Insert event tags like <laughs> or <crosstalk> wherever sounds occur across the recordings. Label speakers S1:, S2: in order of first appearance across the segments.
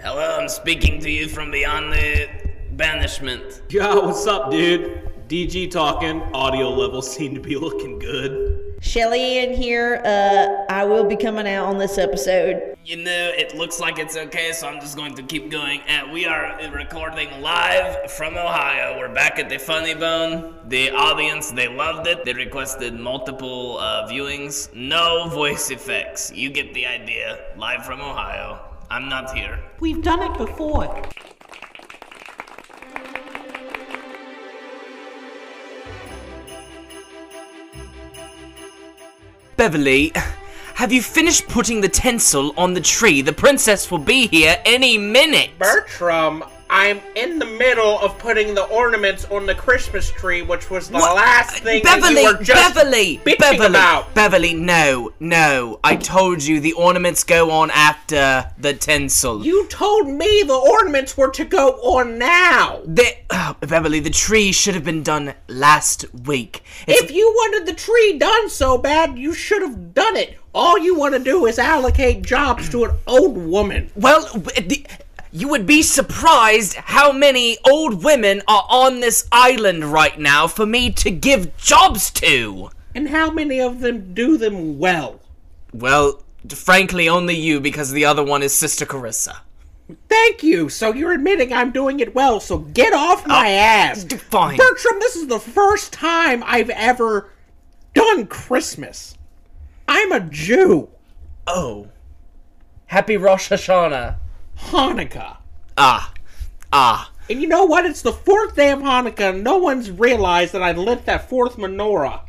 S1: Hello, I'm speaking to you from beyond the banishment.
S2: Yo, what's up, dude? DG talking. Audio levels seem to be looking good.
S3: Shelly in here. Uh, I will be coming out on this episode.
S1: You know, it looks like it's okay, so I'm just going to keep going. And we are recording live from Ohio. We're back at the Funny Bone. The audience, they loved it. They requested multiple uh, viewings. No voice effects. You get the idea. Live from Ohio. I'm not here.
S4: We've done it before.
S1: Beverly, have you finished putting the tinsel on the tree? The princess will be here any minute.
S5: Bertram, I'm in the middle of putting the ornaments on the Christmas tree, which was the
S1: What?
S5: last thing that
S1: Beverly,
S5: you were just
S1: Beverly,
S5: bitching
S1: Beverly,
S5: about.
S1: Beverly, no, no. I told you the ornaments go on after the tinsel.
S5: You told me the ornaments were to go on now.
S1: The- oh, Beverly, the tree should have been done last week. It's-
S5: If you wanted the tree done so bad, you should have done it. All you want to do is allocate jobs to an old woman.
S1: well, w- the- you would be surprised how many old women are on this island right now for me to give jobs to.
S5: And how many of them do them well?
S1: Well, frankly, only you because the other one is Sister Carissa.
S5: Thank you. So you're admitting I'm doing it well, so get off my ass.
S1: Oh, Fine.
S5: Bertram, this is the first time I've ever done Christmas. I'm a Jew.
S1: Oh. Happy Rosh Hashanah.
S5: Hanukkah.
S1: Ah. Ah.
S5: And you know what? It's the fourth day of Hanukkah, and no one's realized that I lit that fourth menorah.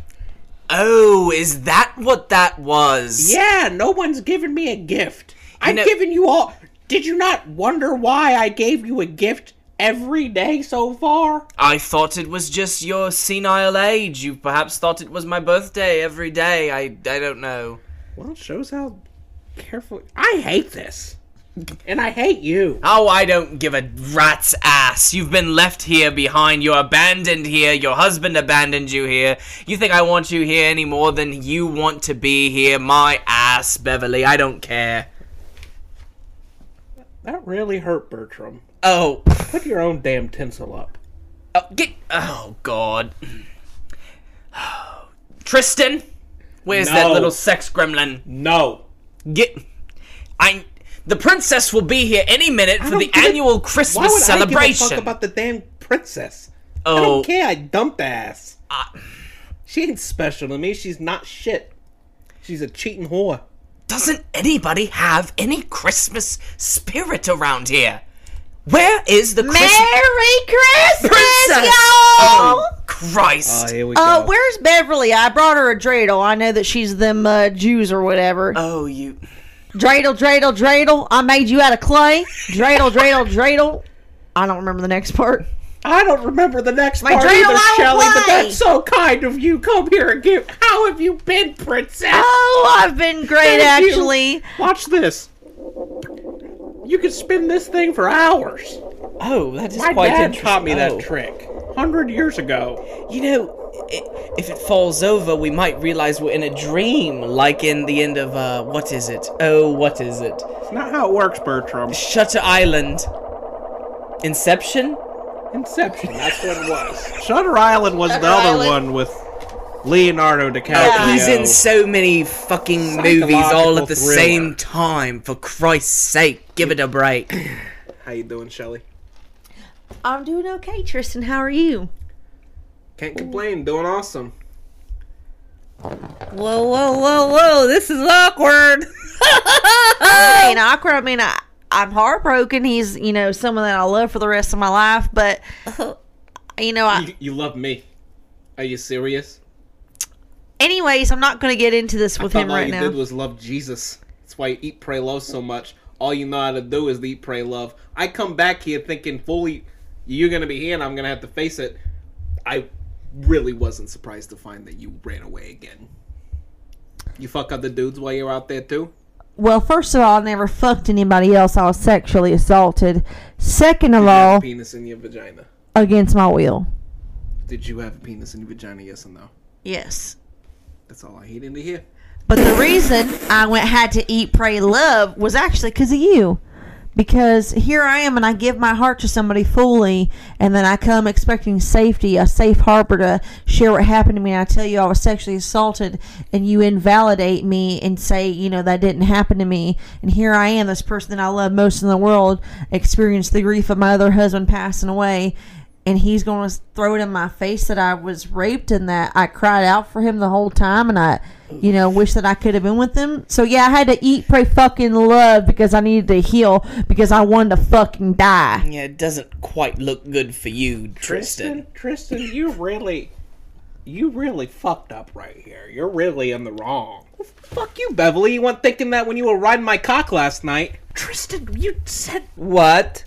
S1: Oh, is that what that was?
S5: Yeah, no one's given me a gift. I've
S1: know-
S5: given you all. Did you not wonder why I gave you a gift every day so far?
S1: I thought it was just your senile age. You perhaps thought it was my birthday every day. I I don't know.
S5: Well, it shows how careful. I hate this. And I hate you.
S1: Oh, I don't give a rat's ass. You've been left here behind. You're abandoned here. Your husband abandoned you here. You think I want you here any more than you want to be here? My ass, Beverly. I don't care.
S5: That really hurt, Bertram.
S1: Oh,
S5: Put your own damn tinsel up.
S1: Oh, get. Oh, God. <sighs> Tristan? Where's that
S5: No.
S1: little sex gremlin?
S5: No.
S1: Get. I. The princess will be here any minute for
S5: don't
S1: the
S5: give a-
S1: annual
S5: Why
S1: Christmas
S5: would
S1: celebration.
S5: I give a fuck about the damn princess? I
S1: oh,
S5: don't care. I dumped ass.
S1: Ah.
S5: she ain't special to me. She's not shit. She's a cheating whore.
S1: doesn't anybody have any Christmas spirit around here? Where is the Christmas
S3: Merry Christmas,
S1: princess?
S3: y'all!
S1: Oh, Christ!
S5: here we
S3: Uh, where's Beverly? I brought her a dreidel. I know that she's them uh, Jews or whatever.
S1: oh, you.
S3: dreidel, dreidel, dreidel. I made you out of clay. Dreidel, dreidel, dreidel. I don't remember the next <laughs> part.
S5: I don't remember the next
S3: My
S5: part
S3: dreidel
S5: either,
S3: out
S5: Shelly, but
S3: away.
S5: that's so kind of you. Come here and give. How have you been, princess?
S3: Oh, I've been great
S5: Thank you.
S3: actually.
S5: Watch this. You can spin this thing for hours.
S1: Oh, that is
S5: My
S1: quite
S5: dad
S1: interesting.
S5: taught me
S1: Oh.
S5: that trick hundred years ago.
S1: You know, i- if it falls over, we might realize we're in a dream, like in the end of, uh, what is it? Oh, what is it?
S5: It's not how it works, Bertram.
S1: Shutter Island. Inception?
S5: Inception. That's what it was. Shutter Island was the other
S3: Island.
S5: one with Leonardo DiCaprio.
S3: Yeah.
S1: He's in so many fucking movies all at the
S5: Psychological
S1: same
S5: thriller.
S1: time, for Christ's sake, give it a break.
S5: How you doing, Shelly?
S3: I'm doing okay, Tristan. How are you?
S5: Can't complain. Doing awesome.
S3: Whoa, whoa, whoa, whoa! This is awkward. I <laughs> mean, awkward. I mean, I, I'm heartbroken. He's, you know, someone that I love for the rest of my life. But, you know, I, <laughs>
S5: You, you love me. Are you serious?
S3: anyways, I'm not going to get into this with
S5: Thought
S3: him
S5: all
S3: right
S5: you
S3: now.
S5: did was love Jesus. That's why you eat, pray, love so much. All you know how to do is eat, pray, love. I come back here thinking fully you're gonna be here, and I'm gonna have to face it. I really wasn't surprised to find that you ran away again. You fuck other dudes while you're out there too.
S3: well, first of all, I never fucked anybody else. I was sexually assaulted. Second of
S5: Did you have
S3: all,
S5: a penis in your vagina.
S3: against my will.
S5: Did you have a penis in your vagina? Yes or no?
S3: Yes.
S5: That's all I needed to hear.
S3: But the reason I went had to eat, pray, love was actually because of you. because here I am and I give my heart to somebody fully, and then I come expecting safety, a safe harbor to share what happened to me. And I tell you I was sexually assaulted, and you invalidate me and say, you know, that didn't happen to me. And here I am, this person that I love most in the world, experienced the grief of my other husband passing away. And he's going to throw it in my face that I was raped and that I cried out for him the whole time. And I, you know, wish that I could have been with him. So yeah, I had to eat, pray, fucking love because I needed to heal because I wanted to fucking die.
S6: <clears throat> Yeah, it doesn't quite look good for you, Tristan.
S5: Tristan, Tristan, you really, you really fucked up right here. You're really in the wrong. Fuck you, Beverly. You weren't thinking that when you were riding my cock last night. Tristan, you said
S6: What?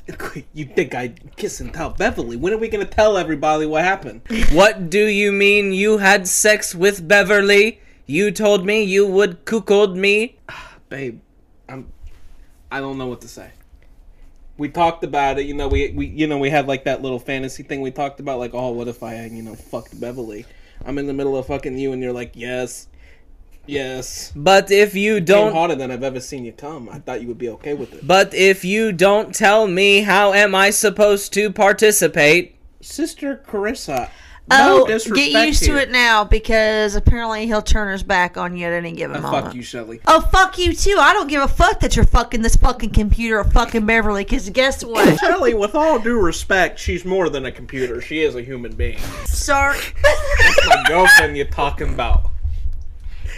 S5: <laughs> you think I'd kiss and tell Beverly. When are we gonna tell everybody what <laughs> happened?
S6: What do you mean you had sex with Beverly? You told me you would cuckold me.
S5: Babe, I'm, I don't know what to say. We talked about it, you know. We, we you know we had like that little fantasy thing we talked about, like, oh, what if I, you know, fucked Beverly? I'm in the middle of fucking you, and you're like, yes, yes.
S6: But if you
S5: came
S6: don't
S5: harder than I've ever seen you come. I thought you would be okay with it.
S6: but if you don't tell me how am I supposed to participate?
S5: Sister Carissa, no
S3: Oh,
S5: disrespect
S3: get used
S5: here.
S3: to it now because apparently he'll turn his back on you at any given moment.
S5: Fuck you, Shelly.
S3: Oh, fuck you too. I don't give a fuck that you're fucking this fucking computer of fucking Beverly because guess
S5: <laughs>
S3: what?
S5: Shelly, with all due respect, she's more than a computer. She is a human being.
S3: <laughs> Sorry.
S5: My girlfriend you're talking about.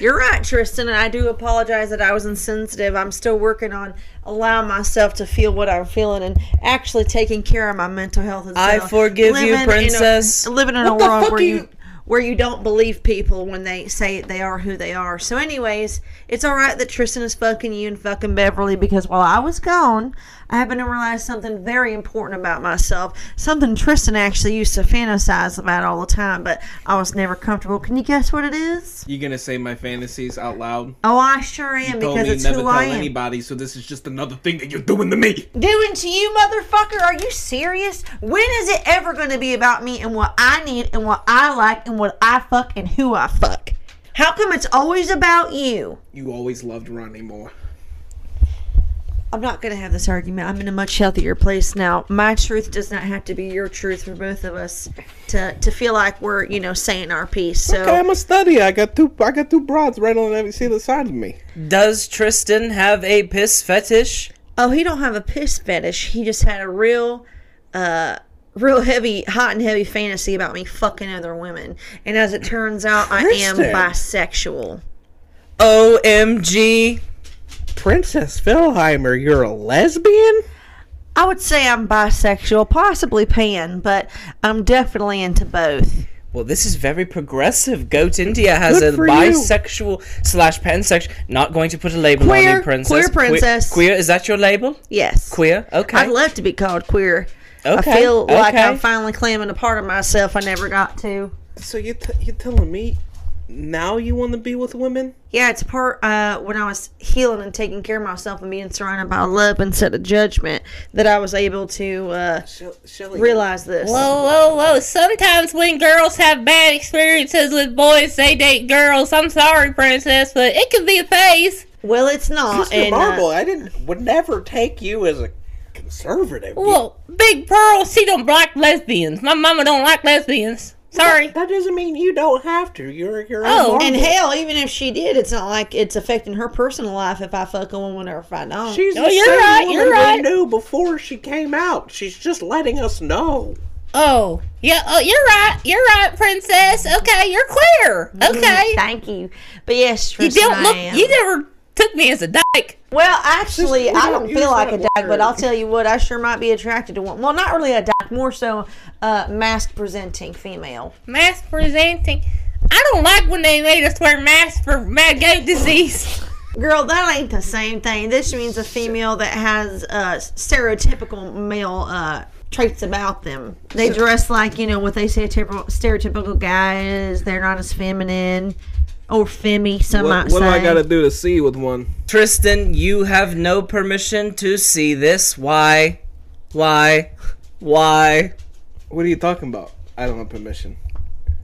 S3: You're right, Tristan, and I do apologize that I was insensitive. I'm still working on allowing myself to feel what I'm feeling and actually taking care of my mental health. As
S6: I
S3: well.
S6: forgive you,
S3: in a-
S6: princess.
S3: living in a
S5: What the
S3: world
S5: fuck
S3: where
S5: are
S3: you,
S5: you-
S3: where you don't believe people when they say they are who they are. So, anyways, it's all right that Tristan is fucking you and fucking Beverly because while I was gone, I happened to realize something very important about myself. Something Tristan actually used to fantasize about all the time, but I was never comfortable. Can you guess what it is?
S5: You gonna say my fantasies out loud?
S3: Oh, I sure am
S5: Told
S3: because
S5: me
S3: it's
S5: never
S3: who
S5: tell
S3: I am.
S5: anybody, so this is just another thing that you're doing to me.
S3: Doing to you, motherfucker? Are you serious? When is it ever going to be about me and what I need and what I like and what I fuck and who I fuck? How come it's always about you?
S5: You always loved Ronnie Moore.
S3: I'm not going to have this argument. I'm in a much healthier place now. My truth does not have to be your truth for both of us to, to feel like we're, you know, saying our piece. So
S5: Okay, I'm a study. I got two. I got two broads right on every single side of me.
S6: Does Tristan have a piss fetish?
S3: Oh, he don't have a piss fetish. He just had a real, uh, real heavy, hot and heavy fantasy about me fucking other women. And as it turns out, I am
S5: Kristen.
S3: bisexual.
S6: OMG.
S5: Princess Philheimer, you're a lesbian.
S3: I would say I'm bisexual, possibly pan, but I'm definitely into both.
S6: Well, this is very progressive. Goat India has
S5: Good
S6: a
S5: for you.
S6: bisexual slash pansexual. Not going to put a label on
S3: Queer.
S6: you, princess.
S3: Queer
S6: Que-
S3: princess.
S6: Queer, is that your label?
S3: Yes,
S6: Queer. Okay.
S3: I'd love to be called queer.
S6: Okay,
S3: I feel like
S6: okay.
S3: I'm finally clamming a part of myself I never got to.
S5: So you t- you telling me now you want to be with women?
S3: Yeah, it's part uh, when I was healing and taking care of myself and being surrounded by love instead of judgment that I was able to uh,
S5: Shelly,
S3: realize this.
S7: Whoa, whoa, whoa. Sometimes when girls have bad experiences with boys, they date girls. I'm sorry, Princess, but it could be a phase.
S3: Well, it's not.
S5: Mr.
S3: And, uh,
S5: Marble, I didn't would never take you as a conservative.
S7: Well, Big Pearl, she don't like lesbians. My mama don't like lesbians.
S3: <laughs>
S7: Sorry.
S5: that doesn't mean you don't have to. You're you're
S7: Oh,
S5: own
S3: and
S5: Marble.
S3: hell, even if she did, it's not like it's affecting her personal life if I fuck a woman or if I don't.
S5: She's
S7: Oh,
S5: the
S7: you're
S5: same
S7: right,
S5: woman
S7: you're
S5: we
S7: right.
S5: knew before she came out. She's just letting us know.
S7: Oh, yeah. Oh, you're right. You're right, Princess. Okay, you're queer.
S3: Mm-hmm.
S7: Okay.
S3: Thank you. But yes,
S7: You
S3: Tristan,
S7: don't
S3: I
S7: look.
S3: am.
S7: You never took me as a dyke.
S3: Well, actually,
S5: Just- we
S3: I
S5: don't
S3: don't
S5: use
S3: feel like a
S5: that
S3: dyke, but
S5: word.
S3: I'll tell you what, I sure might be attracted to one. Well, not really a dyke, more so uh, mask presenting female.
S7: Mask presenting. I don't like when they made us wear masks for mad goat disease. <laughs>
S3: Girl, that ain't the same thing. This means a female that has uh, stereotypical male uh, traits about them. They dress like, you know, what they say a typical, stereotypical guy is. They're not as feminine or femmy, some might say.
S5: do to see with one?
S6: Tristan, you have no permission to see this. Why? Why? Why?
S5: What are you talking about? I don't have permission.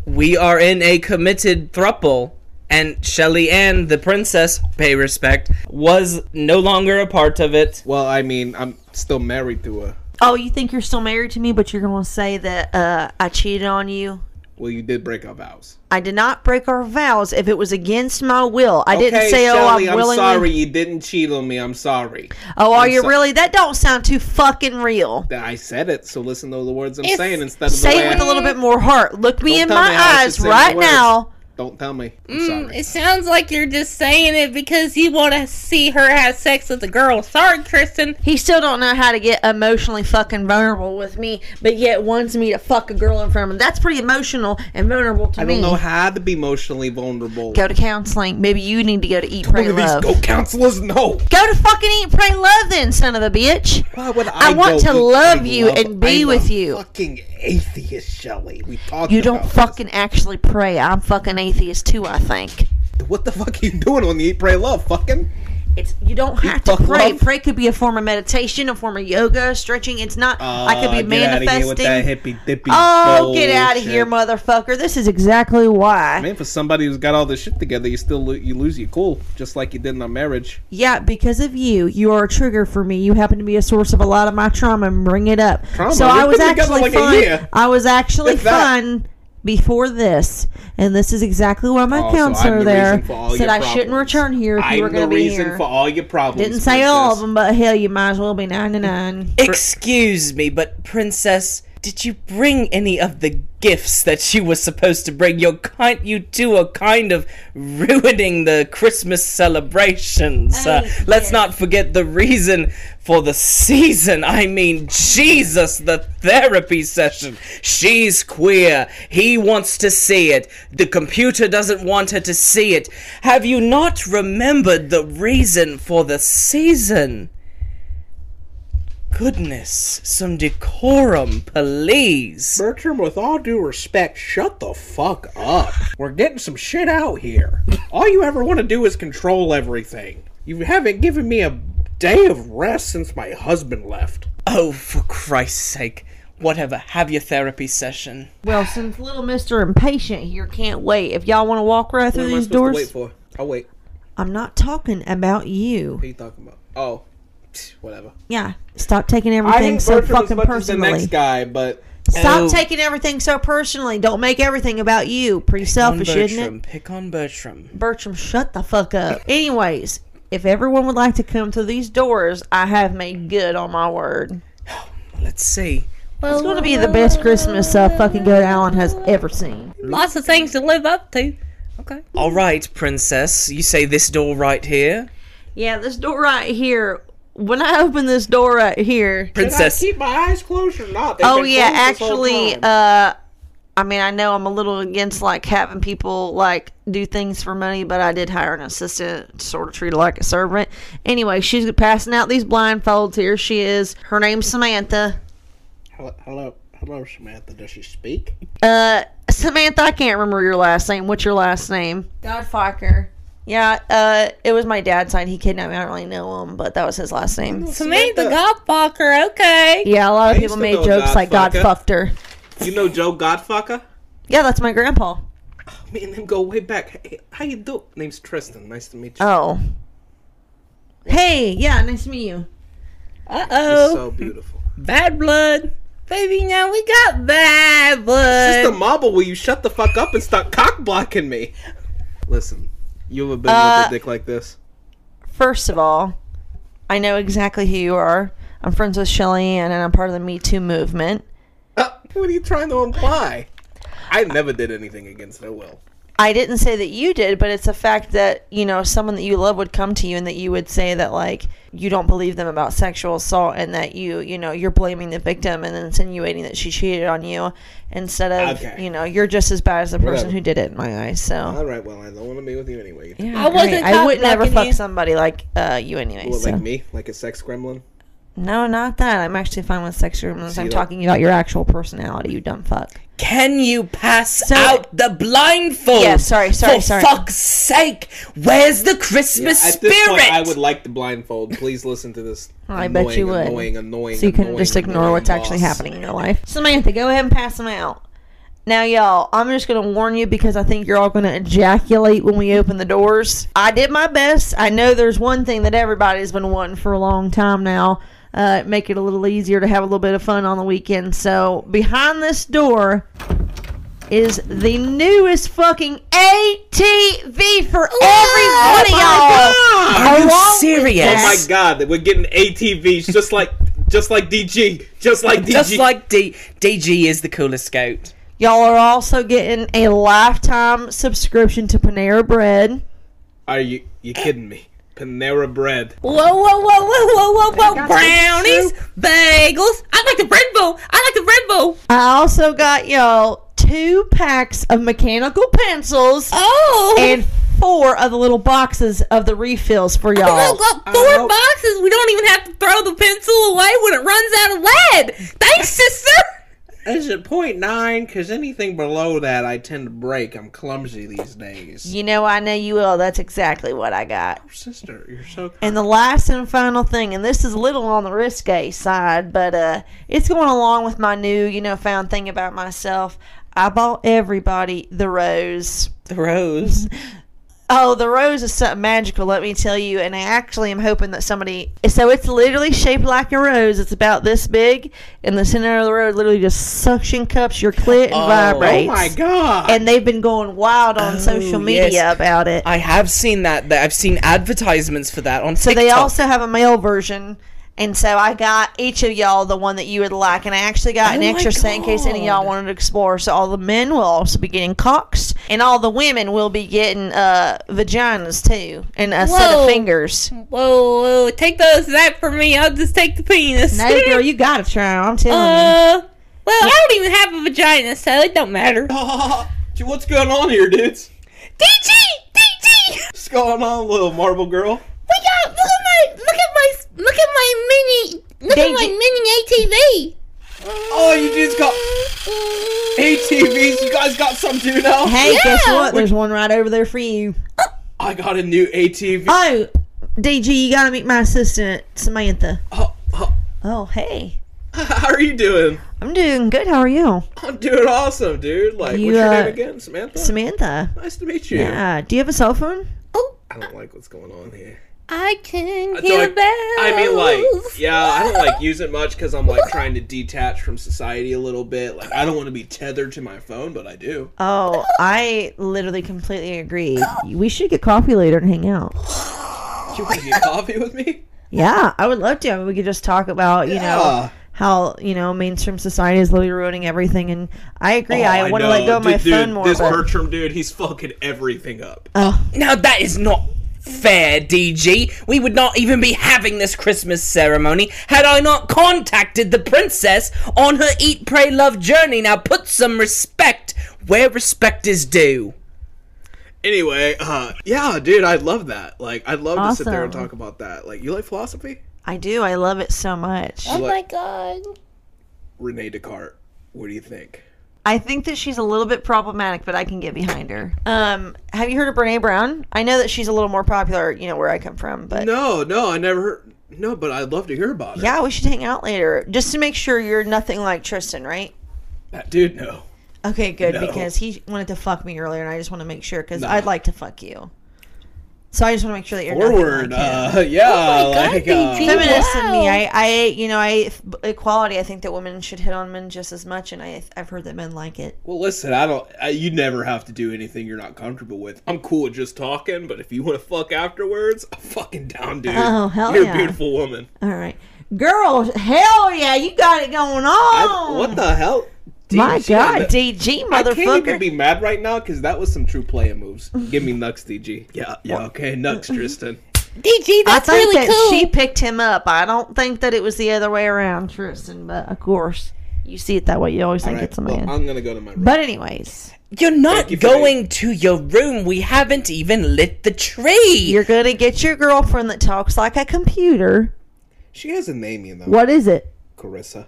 S6: We are in a committed thruple,
S1: and Shelly Ann, the princess, pay respect, was no longer a part of it.
S5: Well, I mean, I'm still married to her.
S3: Oh, you think you're still married to me, but you're going to say that uh, I cheated on you?
S5: Well, you did break our vows.
S3: I did not break our vows if it was against my will. I didn't
S5: okay,
S3: say, "Oh,
S5: Shelley,
S3: I'm willingly."
S5: sorry you didn't cheat on me. I'm sorry.
S3: Oh, are you
S5: so-
S3: really? That don't sound too fucking real.
S5: That I said it, so listen to the words I'm
S7: It's-
S5: saying instead of the
S3: Say
S5: way
S3: it with
S5: I-
S3: a little bit more heart. Look me
S5: Don't
S3: in
S5: tell
S3: my
S5: me how I should
S3: eyes
S5: say my
S3: right
S5: words.
S3: now.
S5: Don't tell me. I'm
S3: Mm,
S5: sorry.
S7: Mm, It sounds like you're just saying it because you want to see her have sex with a girl. Sorry, Kristen.
S3: He still don't know how to get emotionally fucking vulnerable with me, but yet wants me to fuck a girl in front of him. That's pretty emotional and vulnerable to
S5: I
S3: me.
S5: don't know how to be emotionally vulnerable.
S3: Go to counseling. Maybe you need to go to Eat, Pray,
S5: One of these
S3: Love.
S5: go counselors? No.
S3: Go to fucking Eat, Pray, Love then, son of a bitch.
S5: Why would I?
S3: I want
S5: go
S3: to
S5: eat
S3: love
S5: pig
S3: you and be
S5: I'm
S3: with
S5: a
S3: you.
S5: Fucking atheist, Shelley. We talked.
S3: You don't
S5: about
S3: fucking actually pray. I'm fucking atheist too, I think.
S5: this. What the fuck are you doing on the Eat, Pray, Love? Fucking.
S3: It's you don't have to
S5: fuck
S3: pray.
S5: off.
S3: Pray could be a form of meditation, a form of yoga, stretching. It's not. I could be
S5: Uh, get outta
S3: manifesting.
S5: here with that hippy dippy.
S3: oh, get out of
S5: bullshit.
S3: here, motherfucker! This is exactly why.
S5: Man, for somebody who's got all this shit together, you still lo- you lose your cool, just like you did in our marriage.
S3: Yeah, because of you, you are a trigger for me. You happen to be a source of a lot of my trauma and bring it up.
S5: Trauma?
S3: So
S5: We've
S3: I was
S5: been together
S3: actually
S5: like a
S3: fun.
S5: year.
S3: I was actually
S5: If that-
S3: fun before this, and this is exactly why my
S5: Oh, so I'm
S3: counselor
S5: the
S3: there
S5: reason for all
S3: said
S5: your
S3: I shouldn't
S5: problems.
S3: return here if you were
S5: I'm
S3: going
S5: the
S3: to be
S5: reason
S3: here.
S5: for all your problems.
S3: Didn't say all of
S5: princess.
S3: them, but hell, you might as well be ninety nine.
S1: Excuse me, but princess, did you bring any of the gifts that she was supposed to bring? You're kind, you two are kind of ruining the Christmas celebrations. uh, let's not forget the reason for the season. I mean, Jesus, the therapy session. She's queer. He wants to see it. The computer doesn't want her to see it. Have you not remembered the reason for the season? goodness, some decorum, please.
S5: Bertram, with all due respect, shut the fuck up. We're getting some shit out here. All you ever want to do is control everything. You haven't given me a day of rest since my husband left.
S1: Oh, for Christ's sake. Whatever, have your therapy session.
S3: Well, since little Mister Impatient here can't wait, if y'all want to walk right through these doors,
S5: for? I'll wait.
S3: I'm not talking about you.
S5: What are you talking about? Oh, psh, whatever.
S3: Yeah, stop taking everything so fucking personally.
S5: the next guy, but
S3: Stop
S1: Oh.
S3: taking everything so personally. Don't make everything about you. Pretty selfish,
S1: on Bertram,
S3: isn't it?
S1: pick on Bertram.
S3: Bertram, shut the fuck up. Anyways, if everyone would like to come through these doors, I have made good on my word.
S1: Let's see.
S3: It's going to be the best Christmas uh, fucking good Allen has ever seen.
S7: Lots of things to live up to.
S1: All right, princess, you say this door right here?
S3: Yeah, this door right here. When I open this door right here,
S1: Princess,
S5: Did I keep my eyes closed or not? They've
S3: oh
S5: been
S3: yeah
S5: closed this whole
S3: actually
S5: time.
S3: uh i mean i know i'm a little against like having people like do things for money but i did hire an assistant to sort of treat her like a servant anyway she's passing out these blindfolds here she is her name's samantha
S5: Hello- hello, hello, Samantha. Does she speak?
S3: uh samantha i can't remember your last name what's your last name godfucker yeah, uh, it was my dad's side. He kidnapped me. I don't really know him, but that was his last
S5: Mm-hmm.
S3: name.
S7: Samantha Godfucker, okay.
S3: Yeah, a lot of
S5: I
S3: people
S5: used to
S3: made
S5: know
S3: jokes like God
S5: Godfucker.
S3: fucked her.
S5: You know Joe Godfucker?
S3: Yeah, that's my grandpa.
S5: Me and him go way back. Hey, how you do? Name's Tristan. Nice to meet you.
S3: Oh. Hey, yeah, nice to meet you.
S7: Uh
S5: You're
S7: oh.
S5: so beautiful.
S7: Bad blood. Baby, now we got bad
S3: Uh,
S5: Just a
S7: blood.
S5: marble. Will you shut the fuck up and stop cock blocking me? Listen, you ever been
S3: Uh,
S5: with a dick like this?
S3: First of all, I know exactly who you are. I'm friends with Shelly Ann and I'm part of the Me Too movement.
S5: Uh, what are you trying to imply? I never did anything against their will.
S3: I didn't say that you did, but it's a fact that, you know, someone that you love would come to you and that you would say that, like, you don't believe them about sexual assault and that you, you know, you're blaming the victim and insinuating that she cheated on you instead of,
S5: Okay.
S3: you know, you're just as bad as the person
S5: Whatever.
S3: who did it in my eyes. So,
S5: All right, well, I don't want to be with you anyway.
S3: yeah,
S7: I wasn't
S3: great. I would never
S7: cock-blocking
S3: fuck
S7: you.
S3: somebody like uh, you anyway.
S5: What,
S3: so.
S5: like me? Like a sex gremlin?
S3: No, not that. I'm actually fine with sex rooms. I'm
S5: that?
S3: talking about your actual personality, you dumb fuck.
S1: can you pass
S3: So-
S1: out the blindfold?
S3: Yeah, sorry, sorry,
S1: for
S3: sorry.
S1: fuck's sake, where's the Christmas
S5: At
S1: spirit?
S5: this point, I would like the blindfold. Please listen to this.
S3: I
S5: annoying,
S3: bet you would.
S5: Annoying, annoying,
S3: So you can
S5: annoying,
S3: just ignore
S5: annoying
S3: what's actually
S5: loss.
S3: happening in your life. Samantha, go ahead and pass them out. Now, y'all, I'm just going to warn you because I think you're all going to ejaculate when we open the doors. I did my best. I know there's one thing that everybody's been wanting for a long time now. Uh, make it a little easier to have a little bit of fun on the weekend. So, behind this door is the newest fucking ATV for every one of y'all.
S1: Are you
S3: Along with
S1: serious?
S5: Oh my god, that we're getting ATVs just like just like DG, just like DG.
S1: Just like D- DG is the coolest scout.
S3: Y'all are also getting a lifetime subscription to Panera Bread.
S5: Are you you kidding me? Panera Bread.
S7: Whoa, whoa, whoa, whoa, whoa, whoa, whoa! Brownies, bagels. I like the bread bowl. I like the bread bowl.
S3: I also got y'all two packs of mechanical pencils
S7: Oh,
S3: and four of the little boxes of the refills for y'all.
S7: <laughs> Look, look, four boxes. We don't even have to throw the pencil away when it runs out of lead.
S3: <laughs>
S7: Thanks, sister.
S5: Is it point nine? Cause anything below that I tend to break. I'm clumsy these days.
S3: You know, I know you will. That's exactly what I got.
S5: Sister, you're so
S3: And the last and final thing, and this is a little on the risque side, but uh, it's going along with my new, you know, found thing about myself. I bought everybody the rose.
S1: The rose.
S3: Oh, the rose is something magical, let me tell you. And I actually am hoping that somebody. So it's literally shaped like a rose. It's about this big, and the center of the rose literally just suction cups your clit and vibrates.
S5: Oh my god.
S3: And they've been going wild on social media
S1: Oh, yes.
S3: about it.
S1: I have seen that. that I've seen advertisements for that on
S3: so
S1: TikTok.
S3: they also have a male version. And so I got each of y'all the one that you would like, and I actually got an
S1: Oh my
S3: extra set in case any of y'all
S1: God.
S3: wanted to explore. So all the men will also be getting cocks, and all the women will be getting uh, vaginas too, and a set of
S7: Whoa.
S3: fingers.
S7: Whoa, whoa, take those that for me. I'll just take the penis.
S3: No, girl, you gotta try 'em, I'm telling
S7: <laughs> Uh, well, I don't even have a vagina, so it don't matter.
S5: Dude, what's going on here, dudes?
S7: DG, DG,
S5: What's going on, little marble girl?
S7: we got look at my look at my look at my mini look at my
S3: DG.
S7: mini ATV.
S5: Oh, you dudes got ATVs. You guys got some too now.
S3: you. Hey, guess
S7: yeah.
S3: what? There's one right over there for you.
S5: I got a new ATV.
S3: Oh, DG, you gotta meet my assistant, Samantha.
S5: Oh, oh,
S3: Oh, hey.
S5: <laughs> how are you doing?
S3: I'm doing good. How are you?
S5: I'm doing awesome, dude. Like,
S3: You,
S5: what's your
S3: uh,
S5: name again? Samantha.
S3: Samantha.
S5: nice to meet you.
S3: Yeah. Do you have a cell phone?
S7: Oh,
S5: I don't like what's going on here.
S7: I can
S5: So
S7: hear
S5: I, I mean, like,
S7: bells.
S5: yeah, I don't like use it much because I'm like trying to detach from society a little bit. Like, I don't want to be tethered to my phone, but I do.
S3: Oh, I literally completely agree. We should get coffee later and hang out. Oh,
S5: Do you want to get coffee with me?
S3: Yeah, I would love to. I mean, we could just talk about, you know,
S5: Yeah.
S3: how, you know, mainstream society is literally ruining everything. And I agree.
S5: Oh,
S3: I, want to let
S5: know.
S3: go of my
S5: Dude,
S3: phone
S5: dude,
S3: more.
S5: This
S3: but-
S5: Bertram dude, he's fucking everything up.
S3: oh,
S1: Now that is not fair, DG. We would not even be having this Christmas ceremony had I not contacted the princess on her Eat, Pray, Love journey. Now put some respect where respect is due.
S5: Anyway, uh, yeah, dude, I love that. Like, I'd love to sit there and
S3: Awesome.
S5: talk about that. Like, you like philosophy?
S3: I do. I love it so much.
S7: Oh my god.
S5: Rene Descartes. What do you think?
S3: I think that she's a little bit problematic, but I can get behind her. Um, have you heard of Brene Brown? I know that she's a little more popular, you know, where I come from, but
S5: No, no, I never heard. No, but I'd love to hear about it.
S3: yeah, we should hang out later just to make sure you're nothing like Tristan, right?
S5: That dude, no.
S3: Okay, good
S5: No.
S3: because he wanted to fuck me earlier, and I just want to make sure because
S5: Nah.
S3: I'd like to fuck you. So I just want to make sure that you're nothing
S5: Forward,
S3: like him.
S5: uh, yeah,
S7: Oh my God,
S5: like,
S7: DG.
S5: uh,
S3: feminist in me.
S7: Wow.
S3: I, I, you know, I equality. I think that women should hit on men just as much, and I, I've heard that men like it.
S5: well, listen, I don't. I, you never have to do anything you're not comfortable with. I'm cool with just talking, but if you want to fuck afterwards, I'm fucking down, dude.
S3: Oh, hell
S5: You're
S3: yeah.
S5: a beautiful woman.
S3: All right, girls, hell yeah, you got it going on.
S5: I-
S3: Oh.
S5: what the hell?
S3: My
S5: DG,
S3: God,
S5: that-
S3: DG
S5: I can't even
S3: motherfucker.
S5: be mad right now because that was some true player moves. Give me Nux, DG. Yeah, yeah, okay, Nux, Tristan.
S7: DG,
S3: I
S7: that's
S3: think
S7: really
S3: that
S7: cool.
S3: she picked him up. I don't think that it was the other way around, Tristan. But of course, you see it that way. You always think
S5: Alright,
S3: it's a
S5: well,
S3: man.
S5: I'm gonna go to my room.
S3: but anyways,
S1: You're not
S5: you for
S1: going to your room. We haven't even lit the tree.
S3: you're gonna get your girlfriend that talks like a computer.
S5: She has a name, you know,
S3: What is it?
S5: Carissa.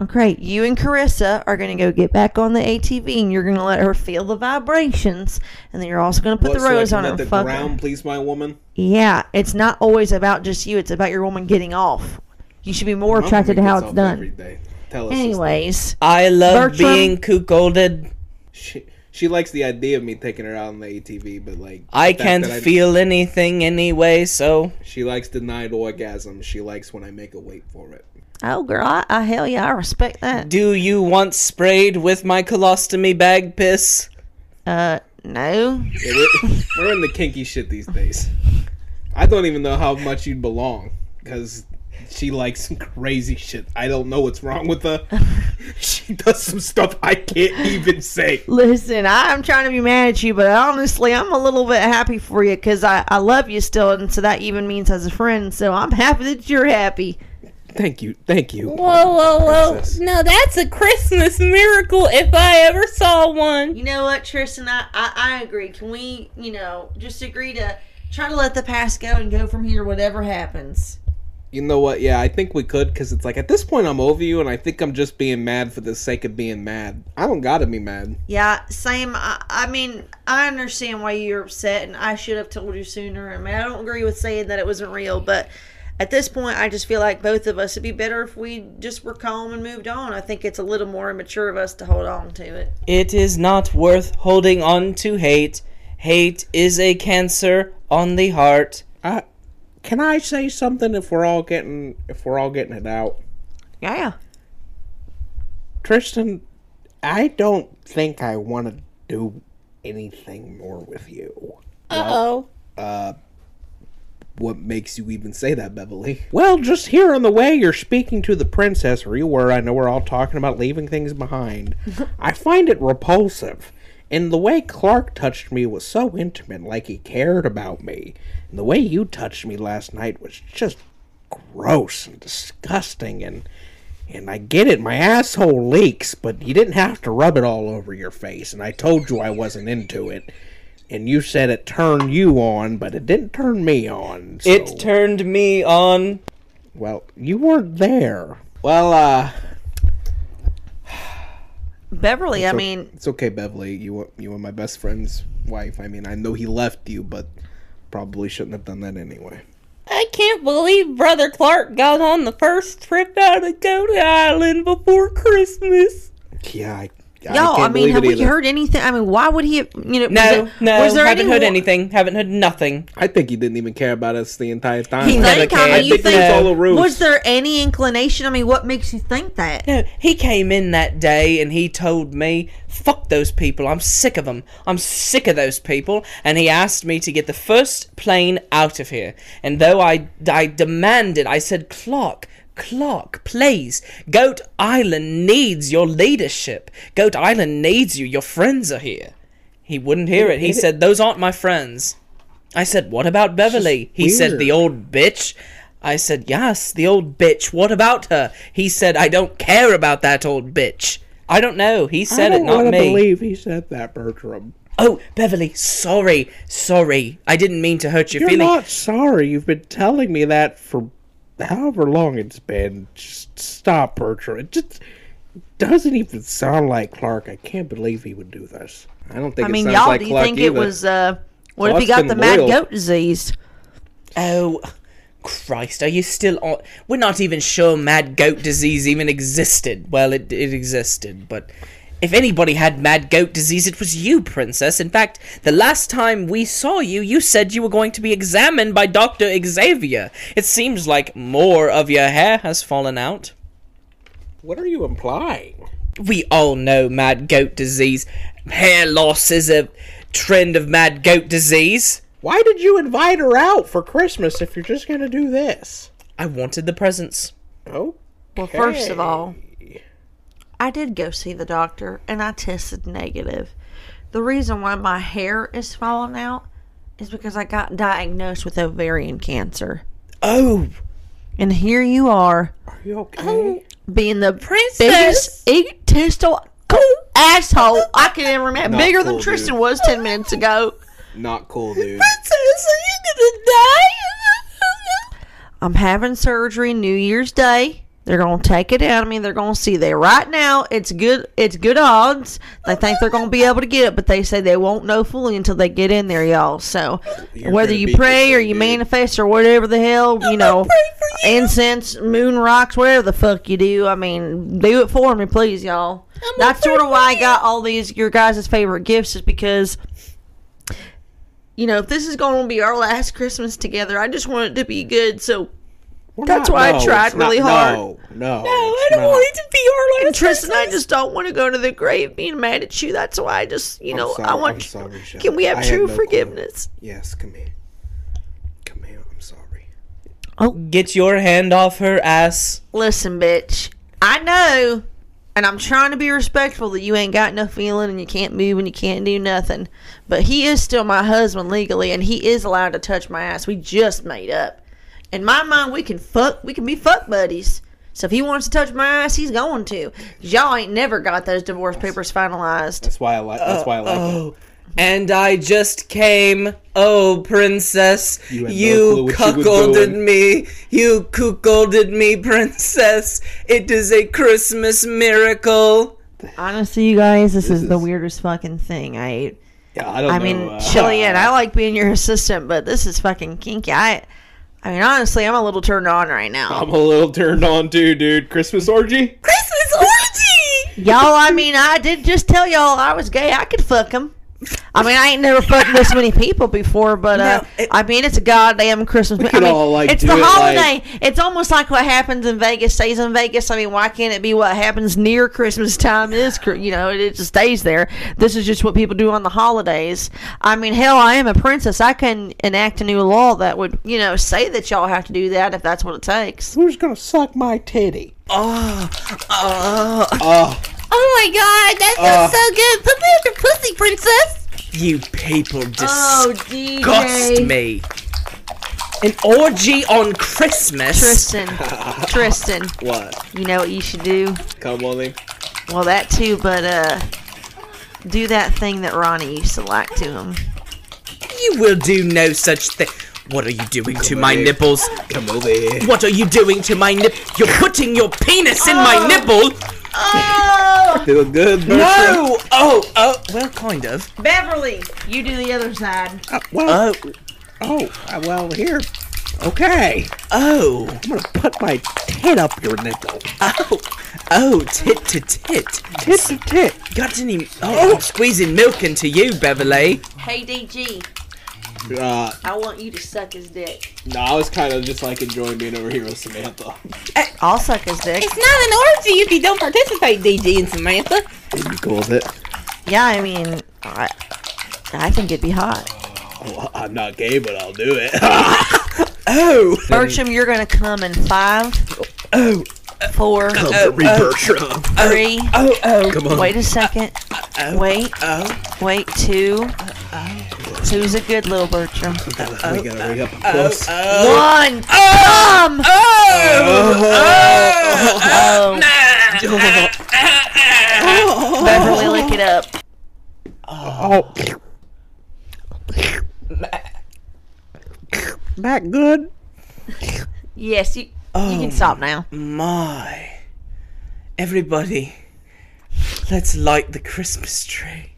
S3: Okay, you and Carissa are going to go get back on the ATV and you're going to let her feel the vibrations. And then you're also going to put
S5: What,
S3: the
S5: so I
S3: rose
S5: can
S3: on her.
S5: let the
S3: and fuck her.
S5: ground please my woman.
S3: Yeah, it's not always about just you, it's about your woman getting off. You should be more
S5: I'm
S3: attracted to
S5: gonna
S3: how
S5: make
S3: it's
S5: this up every
S3: done.
S5: day. Tell us. this-
S3: Anyways,
S1: I love
S3: Bertram-
S1: being cuckolded.
S5: She she likes the idea of me taking her out on the ATV, but like
S1: I
S5: the fact
S1: can't
S5: that
S1: feel anything anyway, so
S5: She likes denied orgasm. She likes when I make her wait for it.
S3: Oh, girl, I, I hell yeah, I respect that.
S1: do you want sprayed with my colostomy bag piss?
S3: Uh, no.
S5: Yeah,
S3: <laughs>
S5: we're, we're in the kinky shit these days. I don't even know how much you'd belong because she likes some crazy shit. I don't know what's wrong
S3: <laughs>
S5: with her. she does some stuff I can't even say.
S3: Listen, I'm trying to be mad at you, but honestly, I'm a little bit happy for you because I, I love you still, and so that even means as a friend, so I'm <laughs> happy that you're happy.
S5: Thank you, thank you.
S7: Whoa, whoa, whoa.
S5: Princess.
S7: No, that's a Christmas miracle if I ever saw one.
S3: You know what, Tristan? I, I, I agree. Can we, you know, just agree to try to let the past go and go from here, whatever happens?
S5: You know what? Yeah, I think we could because it's like at this point I'm over you, and I think I'm just being mad for the sake of being mad. I don't gotta be mad.
S3: Yeah, same. I, I mean, I understand why you're upset, and I should have told you sooner. I mean, I don't agree with saying that it wasn't real, but at this point, I just feel like both of us, it'd be better if we just were calm and moved on. I think it's a little more immature of us to hold on to it.
S1: It is not worth holding on to hate. Hate is a cancer on the heart.
S5: I can I say something if we're all getting if we're all getting it out.
S3: Yeah.
S5: Tristan, I don't think I want to do anything more with you.
S7: Uh oh.
S5: What makes you even say that, Beverly? Well, just here on the way, you're speaking to the princess, or you were. I know we're all talking about leaving things behind. I find it repulsive. And the way Clark touched me was so intimate, like he cared about me. And the way you touched me last night was just gross and disgusting and and I get it, my asshole leaks, but you didn't have to rub it all over your face, and I told you I wasn't into it. And you said it turned you on, but it didn't turn me on. So,
S1: It turned me on.
S5: well, you weren't there. Well, uh,
S3: Beverly, I mean,
S5: it's okay, Beverly. You were, you were my best friend's wife. I mean, I know he left you, but probably shouldn't have done that anyway.
S7: I can't believe Brother Clark got on the first trip out of Goat Island before Christmas.
S5: Yeah, I, I
S3: y'all, I, mean,
S5: can't believe
S3: have
S5: it
S3: we
S5: either.
S3: heard anything? I mean, why would he, have- you know, was
S1: No,
S3: there-
S1: no,
S3: was there
S1: haven't
S3: any
S1: heard
S3: more-
S1: anything. Haven't heard nothing.
S5: I think he didn't even care about us the entire time.
S1: He never
S5: I
S3: Think, I mean,
S1: cared.
S3: you
S5: think it was
S3: think,
S5: all a ruse.
S3: was there any inclination? I mean, what makes you think that?
S1: No, he came in that day and he told me, "Fuck those people. I'm sick of them. I'm sick of those people." And he asked me to get the first plane out of here. And though I, I demanded, I said, "Clark, Clark, please. Goat Island needs your leadership. Goat Island needs you. Your friends are here." He wouldn't hear it. He said, "Those aren't my friends." I said, "What about Beverly?" He said,
S5: weird.
S1: "The old bitch." I said, "Yes, the old bitch. What about her?" He said, "I don't care about that old bitch." I don't know. He
S5: I
S1: said
S5: don't
S1: it, not
S5: wanna
S1: me.
S5: believe he said that, Bertram.
S1: Oh, Beverly, sorry, sorry. I didn't mean to hurt your
S5: You're
S1: feelings.
S5: not sorry. You've been telling me that for however long it's been. Just stop, Bertram. It just doesn't even sound like Clark. I can't believe he would do this. I don't think
S3: I
S5: it
S3: mean,
S5: sounds
S3: y'all,
S5: like
S3: do you
S5: Clark
S3: think it
S5: either.
S3: was, uh, what if he
S5: Clark's
S3: got
S5: been
S3: the mad
S5: loyal.
S3: goat disease?
S1: Oh, Christ, are you still on? We're not even sure mad goat disease even existed. Well, it, it existed, but if anybody had mad goat disease, it was you, Princess. In fact, the last time we saw you, you said you were going to be examined by Dr. Xavier. It seems like more of your hair has fallen out.
S5: What are you implying?
S1: we all know mad goat disease. Hair loss is a trend of mad goat disease.
S5: Why did you invite her out for Christmas if you're just gonna do this?
S1: I wanted the presents.
S5: Oh,
S3: Well, first of all, I did go see the doctor and I tested negative. The reason why my hair is falling out is because I got diagnosed with ovarian cancer.
S1: Oh,
S3: And here you are
S5: are you okay?
S3: Oh, being the
S7: Princess.
S3: biggest egotistical asshole I can ever remember. Bigger
S5: cool,
S3: than
S5: dude.
S3: Tristan was 10 minutes ago.
S5: Not cool, dude.
S7: Princess, are you gonna die?
S3: I'm having surgery New Year's Day. They're gonna take it down. I mean, they're gonna see that right now. It's good. It's good odds. They think they're gonna be able to get it, but they say they won't know fully until they get in there, y'all. So whether
S5: gonna
S3: you
S5: beat
S3: pray
S5: this
S3: or
S5: thing,
S3: you
S5: dude.
S3: manifest or whatever the hell, you know, incense, moon rocks, whatever the fuck you do. I mean, do it for me, please, y'all. That's sort of why I got all these your guys' favorite gifts is because you know, if this is going to be our last Christmas together, I just want it to be good. So that's why I tried really hard.
S5: hard. No, no,
S7: I don't want it to be
S3: And
S7: our last
S3: Tristan, I just don't want to go to the grave being mad at you. That's why I just, you know,
S5: sorry-
S3: I want.
S5: I'm sorry, Shelly.
S3: can we have
S5: I had
S3: true
S5: no clue.
S3: forgiveness?
S5: Yes, come here. Come here. I'm sorry.
S1: Get your hand off her ass.
S3: Listen, bitch, I know, and I'm trying to be respectful that you ain't got no feeling and you can't move and you can't do nothing. But he is still my husband legally, and he is allowed to touch my ass. We just made up. In my mind, we can fuck. We can be fuck buddies. So if he wants to touch my ass, he's going to. 'Cause Y'all ain't never got those divorce papers finalized.
S5: That's why I like. That's why I like
S3: uh,
S5: it.
S1: And I just came. Oh, princess, you,
S5: had no clue what you was
S1: cuckolded
S5: doing.
S1: me. You cuckolded me, princess. It is a Christmas miracle.
S3: Honestly, you guys, this, is, the weirdest fucking thing. I
S5: Yeah, I don't
S3: I
S5: know.
S3: mean, <laughs>
S5: uh,
S3: Chillian, I like being your assistant, but this is fucking kinky. I, I mean, honestly, I'm a little turned on right now,
S5: I'm a little turned on too, dude. Christmas orgy.
S7: Christmas orgy.
S3: y'all. I mean, I did just tell y'all I was gay. I could fuck him. I mean, I ain't never fucked this many people before, but uh,
S1: it-
S3: I mean, it's a goddamn Christmas. I
S5: could
S3: mean,
S5: all, like,
S3: it's
S5: do
S3: the
S5: it, like-
S3: holiday. It's almost like what happens in Vegas stays in Vegas. I mean, why can't it be what happens near Christmas time? Is Chri- you know, it, it just stays there. This is just what people do on the holidays. I mean, hell, I am a princess. I can enact a new law that would, you know, say that y'all have to do that if that's what it takes.
S5: Who's gonna suck my titty?
S7: Oh my god, that sounds so good. Put me up your pussy, princess.
S1: You people disgust
S3: Oh, DJ
S1: me. An orgy on Christmas.
S3: Tristan, Tristan,
S5: What?
S3: you know what you should do?
S5: Come on in.
S3: Well, that too, but uh, do that thing that Ronnie used to like to him.
S1: You will do no such thing. What are you doing to my
S5: here.
S1: nipples?
S5: Come over here.
S1: What are you doing to my nip? You're putting your penis in my nipple.
S3: Oh!
S5: Feel good, Bertram?
S1: No. Oh. Oh. Well, kind of.
S3: Beverly, you do the other side.
S5: Uh, well,
S1: Oh.
S5: oh, uh, well, here. Okay,
S1: Oh.
S5: I'm gonna put my tit up your nipple.
S1: Oh, oh, tit to tit.
S5: Tit to tit.
S1: Got any? Oh, I'm squeezing milk into you, Beverly.
S3: Hey, DG,
S5: Uh,
S3: I want you to suck his dick.
S5: no, I was kind of just like enjoying being over here with Samantha.
S3: I'll suck his dick.
S7: It's not an orgy if you don't participate, DG and Samantha.
S5: You calls it.
S3: Yeah, I mean, I, I think it'd be hot.
S5: Well, I'm not gay, but I'll do it. <laughs>
S1: Oh,
S3: Bertram, you're gonna come in five,
S1: oh,
S3: four, oh,
S5: Be Bertram.
S3: three.
S1: oh, oh.
S5: Come on. Uh,
S3: Wait a second. Wait, wait, two. Two's a good little Bertram.
S5: uh. we gotta ring up
S3: Uh,
S5: close.
S3: One. Come. Oh. Uh-huh. Beverly, lick it up.
S5: Oh. That good?
S3: Yes, you. You
S5: Oh.
S3: can stop now.
S1: My, everybody, let's light the Christmas tree.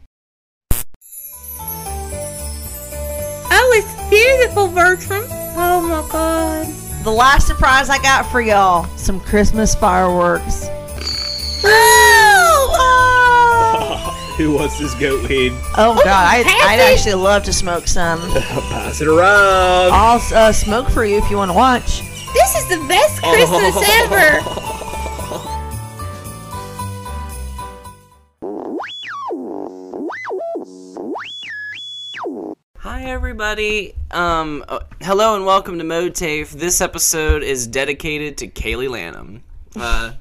S7: Oh, it's beautiful, Bertram. Oh my god.
S3: The last surprise I got for y'all: some Christmas fireworks.
S7: Oh!
S5: Who wants this goat weed?
S3: Oh God, I, I'd
S7: Patsy!
S3: actually love to smoke some.
S5: <laughs> Pass it around.
S3: I'll uh, smoke for you if you want to watch.
S7: This is the best Christmas ever.
S1: Hi, everybody. Um, uh, hello and welcome to MoTafe. This episode is dedicated to Kaylee Lanham. Uh,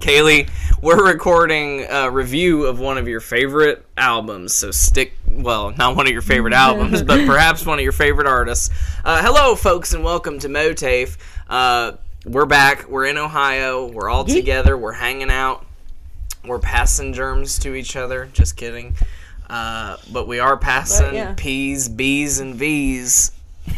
S1: Kaylee, we're recording a review of one of your favorite albums, so stick, well, not one of your favorite albums, but perhaps one of your favorite artists. Uh, hello, folks, and welcome to MoTafe. Uh, we're back. We're in Ohio. We're all together. We're hanging out. We're passing germs to each other. Just kidding. Uh, but we are passing
S3: yeah.
S1: P's, B's, and V's.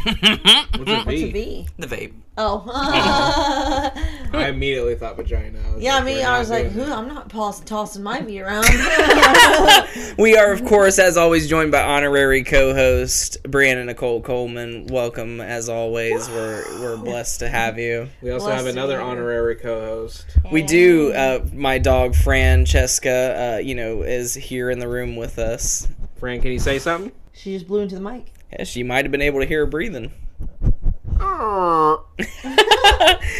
S5: What's it be?
S3: V.
S1: The vape.
S3: Oh.
S5: I immediately thought vagina. I
S3: <laughs>
S5: was
S3: yeah, I
S5: like,
S3: mean,
S5: we're
S3: I
S5: not
S3: was like,
S5: doing
S3: who?
S5: that.
S3: I'm not pos- tossing my meat around. <laughs>
S1: We are, of course, as always, joined by honorary co-host Brianna Nicole Coleman. Welcome, as always. We're we're blessed to have you.
S5: We also have
S3: Bless you.
S5: another honorary co-host.
S1: We do. Uh, my dog Francesca, uh, you know, is here in the room with us.
S5: Fran, can you say something?
S3: she just blew into the <laughs> mic.
S1: Yeah, she might have been able to hear her breathing. <laughs>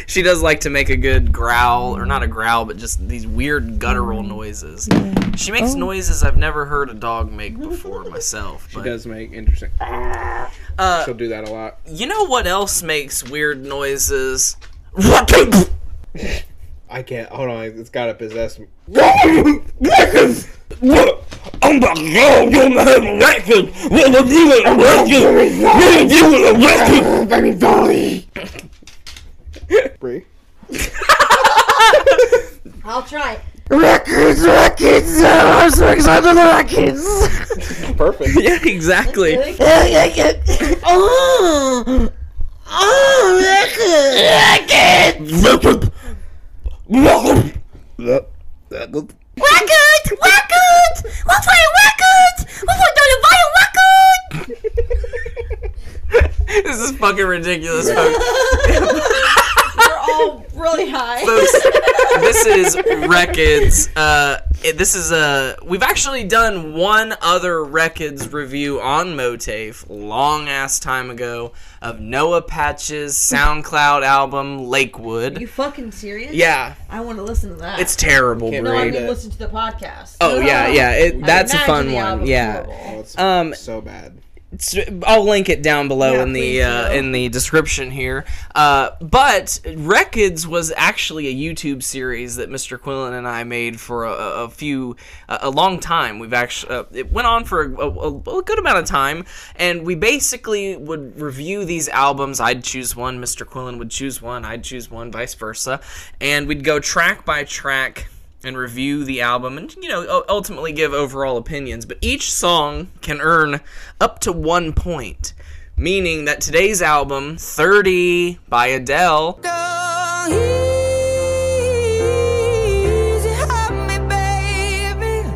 S1: she does like to make a good growl, or not a growl, but just these weird guttural noises. She makes noises I've never heard a dog make before myself.
S5: She
S1: but-
S5: does make interesting.
S3: Ah.
S1: Uh,
S5: She'll do that a lot.
S1: You know what else makes weird noises? <laughs>
S5: I can't. Hold on, it's gotta possess me. <laughs> Bree.
S3: I'll try it.
S5: Perfect.
S1: yeah, exactly.
S3: Oh, <laughs> oh,
S1: This is fucking ridiculous, folks.
S3: <laughs> We're all really high. <laughs>
S1: this is records. Uh, it- this is a. We've actually done one other records review on Motif long ass time ago of Noah Patch's SoundCloud album
S3: you
S1: Lakewood.
S3: fucking serious?
S1: Yeah,
S3: I want to listen to that.
S1: it's terrible,
S5: Can't
S1: Brie.
S3: no, I
S5: great.
S3: mean listen to the podcast.
S1: Oh yeah, yeah. It,
S3: I
S1: that's a
S3: imagine
S1: fun
S3: the
S1: one.
S3: album's
S1: Yeah.
S3: horrible.
S5: Oh, it's
S1: Um,
S5: so bad.
S1: It's- I'll link it down below
S3: Yeah,
S1: in the
S3: please
S1: uh,
S3: do.
S1: in the description here. Uh, but Records was actually a YouTube series that Mr. Quillen and I made for a, a a few a, a long time. We've actually uh, it went on for a, a- a good amount of time, and we basically would review these albums. I'd choose one, Mr. Quillen would choose one, I'd choose one, vice versa, and we'd go track by track and review the album and you know u- ultimately give overall opinions but each song can earn up to one point meaning that today's album 30 by adele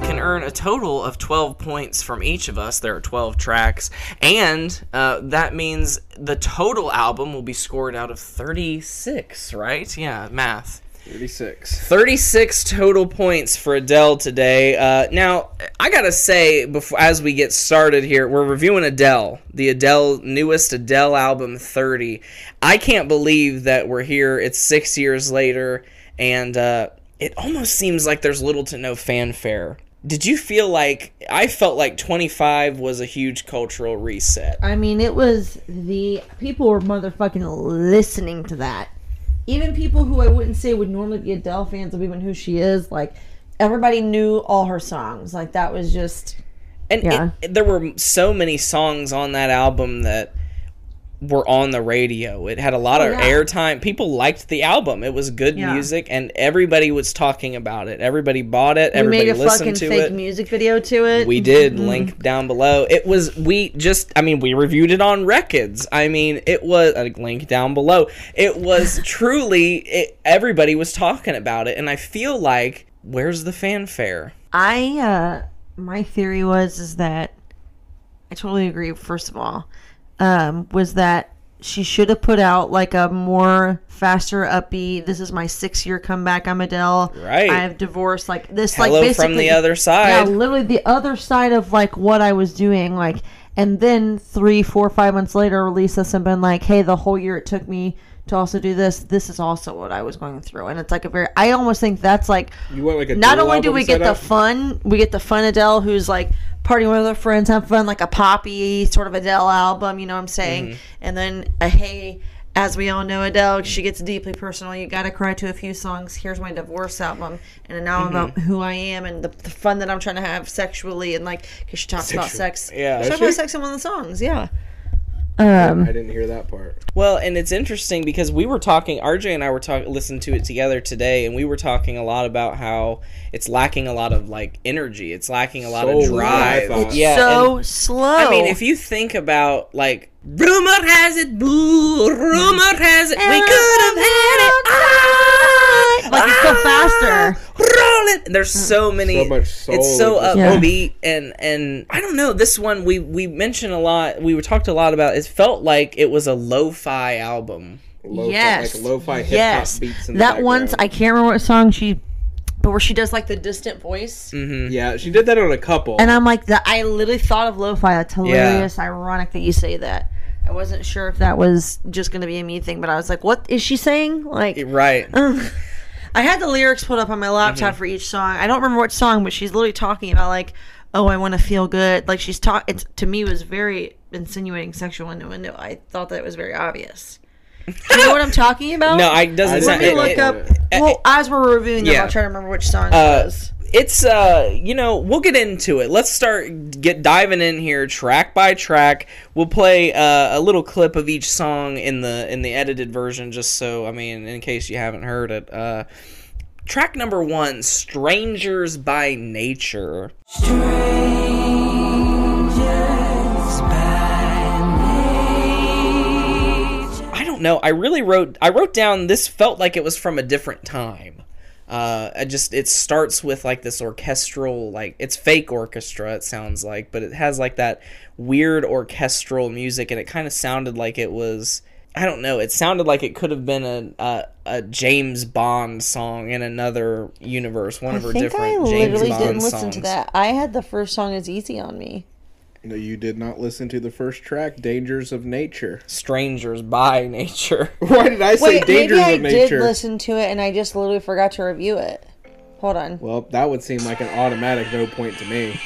S1: can earn a total of 12 points from each of us there are 12 tracks and uh, that means the total album will be scored out of 36 right yeah math
S5: Thirty-six.
S1: 36 total points for Adele today. Uh, now, I gotta say, before as we get started here, we're reviewing Adele, the Adele newest Adele album, 30. I can't believe that we're here. It's six years later, and uh, it almost seems like there's little to no fanfare. Did you feel like I felt like 25 was a huge cultural reset?
S3: I mean, it was the people were motherfucking listening to that. Even people who I wouldn't say would normally be Adele fans of even who she is, like everybody knew all her songs. Like that was just
S1: And
S3: Yeah.
S1: it, there were so many songs on that album that were on the radio. It had a lot of
S3: Oh, yeah.
S1: airtime. People liked the album. It was good
S3: Yeah.
S1: music, and everybody was talking about it. Everybody bought it.
S3: we
S1: Everybody
S3: made a fucking
S1: listened to
S3: fake mm-hmm.
S1: it.
S3: music video to it.
S1: we did link down below. It was we just I mean we reviewed it on records. I mean it was a link down below. It
S3: <laughs>
S1: was truly it, everybody was talking about it, and I feel like where's the fanfare?
S3: I uh my theory was is that I totally agree first of all um was that she should have put out like a more faster upbeat this is my 6 year comeback I'm Adele
S1: Right.
S3: I've divorced like this
S1: Hello
S3: like basically
S1: from the other
S3: yeah
S1: side.
S3: literally the other side of like what I was doing like and then three, four, five months later, release this and been like, "Hey, the whole year it took me to also do this. This is also what I was going through." And it's like a very, I almost think that's like
S5: You want like a
S3: not
S5: dual
S3: only do
S5: album
S3: we get the
S5: setup?
S3: fun, we get the fun Adele who's like partying with her friends, have fun, like a poppy sort of Adele album, you know what I'm saying?
S1: Mm-hmm.
S3: And then a hey, as we all know, Adele, she gets deeply personal. You gotta cry to a few songs. Here's my divorce album, and now I'm
S1: Mm-hmm.
S3: about who I am and the, the fun that I'm trying to have sexually, and like because she talks about sex.
S1: Yeah.
S3: she talks about sex in one of the songs. Yeah.
S8: Um.
S5: I didn't hear that part.
S1: Well, and it's interesting because we were talking. RJ and I were talking, listened to it together today, and we were talking a lot about how it's lacking a lot of like energy. It's lacking a lot
S5: Soul,
S1: of drive.
S5: yeah, I thought.
S1: Yeah. and-
S3: so slow.
S1: I mean, if you think about like rumor has it, boo, rumor has it, we could have had it. Ah,
S3: Like, it's so
S1: ah,
S3: faster.
S1: Roll it. There's so many.
S5: So much soul.
S1: It's so
S5: It's-
S3: Yeah.
S1: upbeat and and I don't know. This one we we mentioned a lot. We were talked a lot about. It felt like it was a lo-fi album.
S5: Lo-fi,
S3: yes,
S5: Like lo-fi hip-hop
S3: yes,
S5: beats in the
S3: that one's
S5: background.
S3: I can't remember what song she, but where she does like the distant voice,
S5: Yeah, she did that on a couple.
S3: and I'm like, the, I literally thought of lo-fi. That's hilarious, ironic that you say that. I wasn't sure if that was just going to be a me thing, but I was like, what is she saying? Like,
S1: Right.
S3: <laughs> Ugh. I had the lyrics pulled up on my
S1: Mm-hmm.
S3: laptop for each song. I don't remember what song, but she's literally talking about like, "Oh, I want to feel good." Like she's talk. It's to me was very insinuating sexual innuendo. I thought that was very obvious. Do you know what
S1: <laughs>
S3: I'm talking about?
S1: No, I doesn't.
S5: I
S3: Let
S1: sound-
S3: me
S5: didn't
S1: it-
S3: look
S1: it-
S3: up. well, as we're reviewing them,
S1: yeah.
S3: I'll try to remember which
S1: Uh,
S3: song it was.
S1: it's uh you know we'll get into it let's start get diving in here track by track we'll play uh, a little clip of each song in the in the edited version just so i mean in case you haven't heard it uh track number one strangers by nature I don't know. I really wrote. I wrote down. This felt like it was from a different time. Uh, I just it starts with like this orchestral, like it's fake orchestra. It sounds like, but it has like that weird orchestral music, and it kind of sounded like it was. I don't know. It sounded like it could have been a a, a James Bond song in another universe, one of her different James Bond songs.
S3: I had the first song is easy on me.
S5: no, you did not listen to the first track, "Dangers of Nature."
S1: Strangers by <laughs> nature.
S5: <laughs> Why did I say
S3: Wait, maybe
S5: "Dangers
S3: I
S5: of Nature"?
S3: did listen to it and I just literally forgot to review it. Hold on.
S5: Well, that would seem like an automatic no point to me.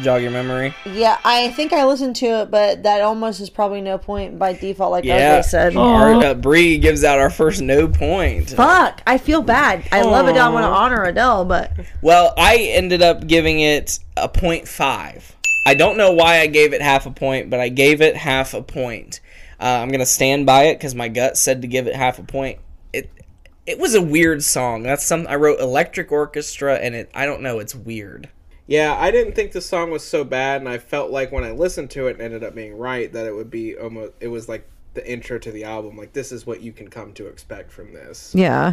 S1: Jog your memory.
S3: Yeah, I think I listened to it, but that almost is probably no point by default, like
S1: Yeah,
S3: RJ said.
S1: Our, uh, Bree gives out our first no point.
S3: Fuck, I feel bad. I love Adele. I want to honor Adele, but
S1: Well, I ended up giving it a point five. I don't know why I gave it half a point, but I gave it half a point. Uh, I'm gonna stand by it because my gut said to give it half a point. It it was a weird song. That's some I wrote electric orchestra, and it I don't know. It's weird.
S5: Yeah, I didn't think the song was so bad, and I felt like when I listened to it and ended up being right, that it would be almost. It was like the intro to the album. Like this is what you can come to expect from this.
S3: yeah,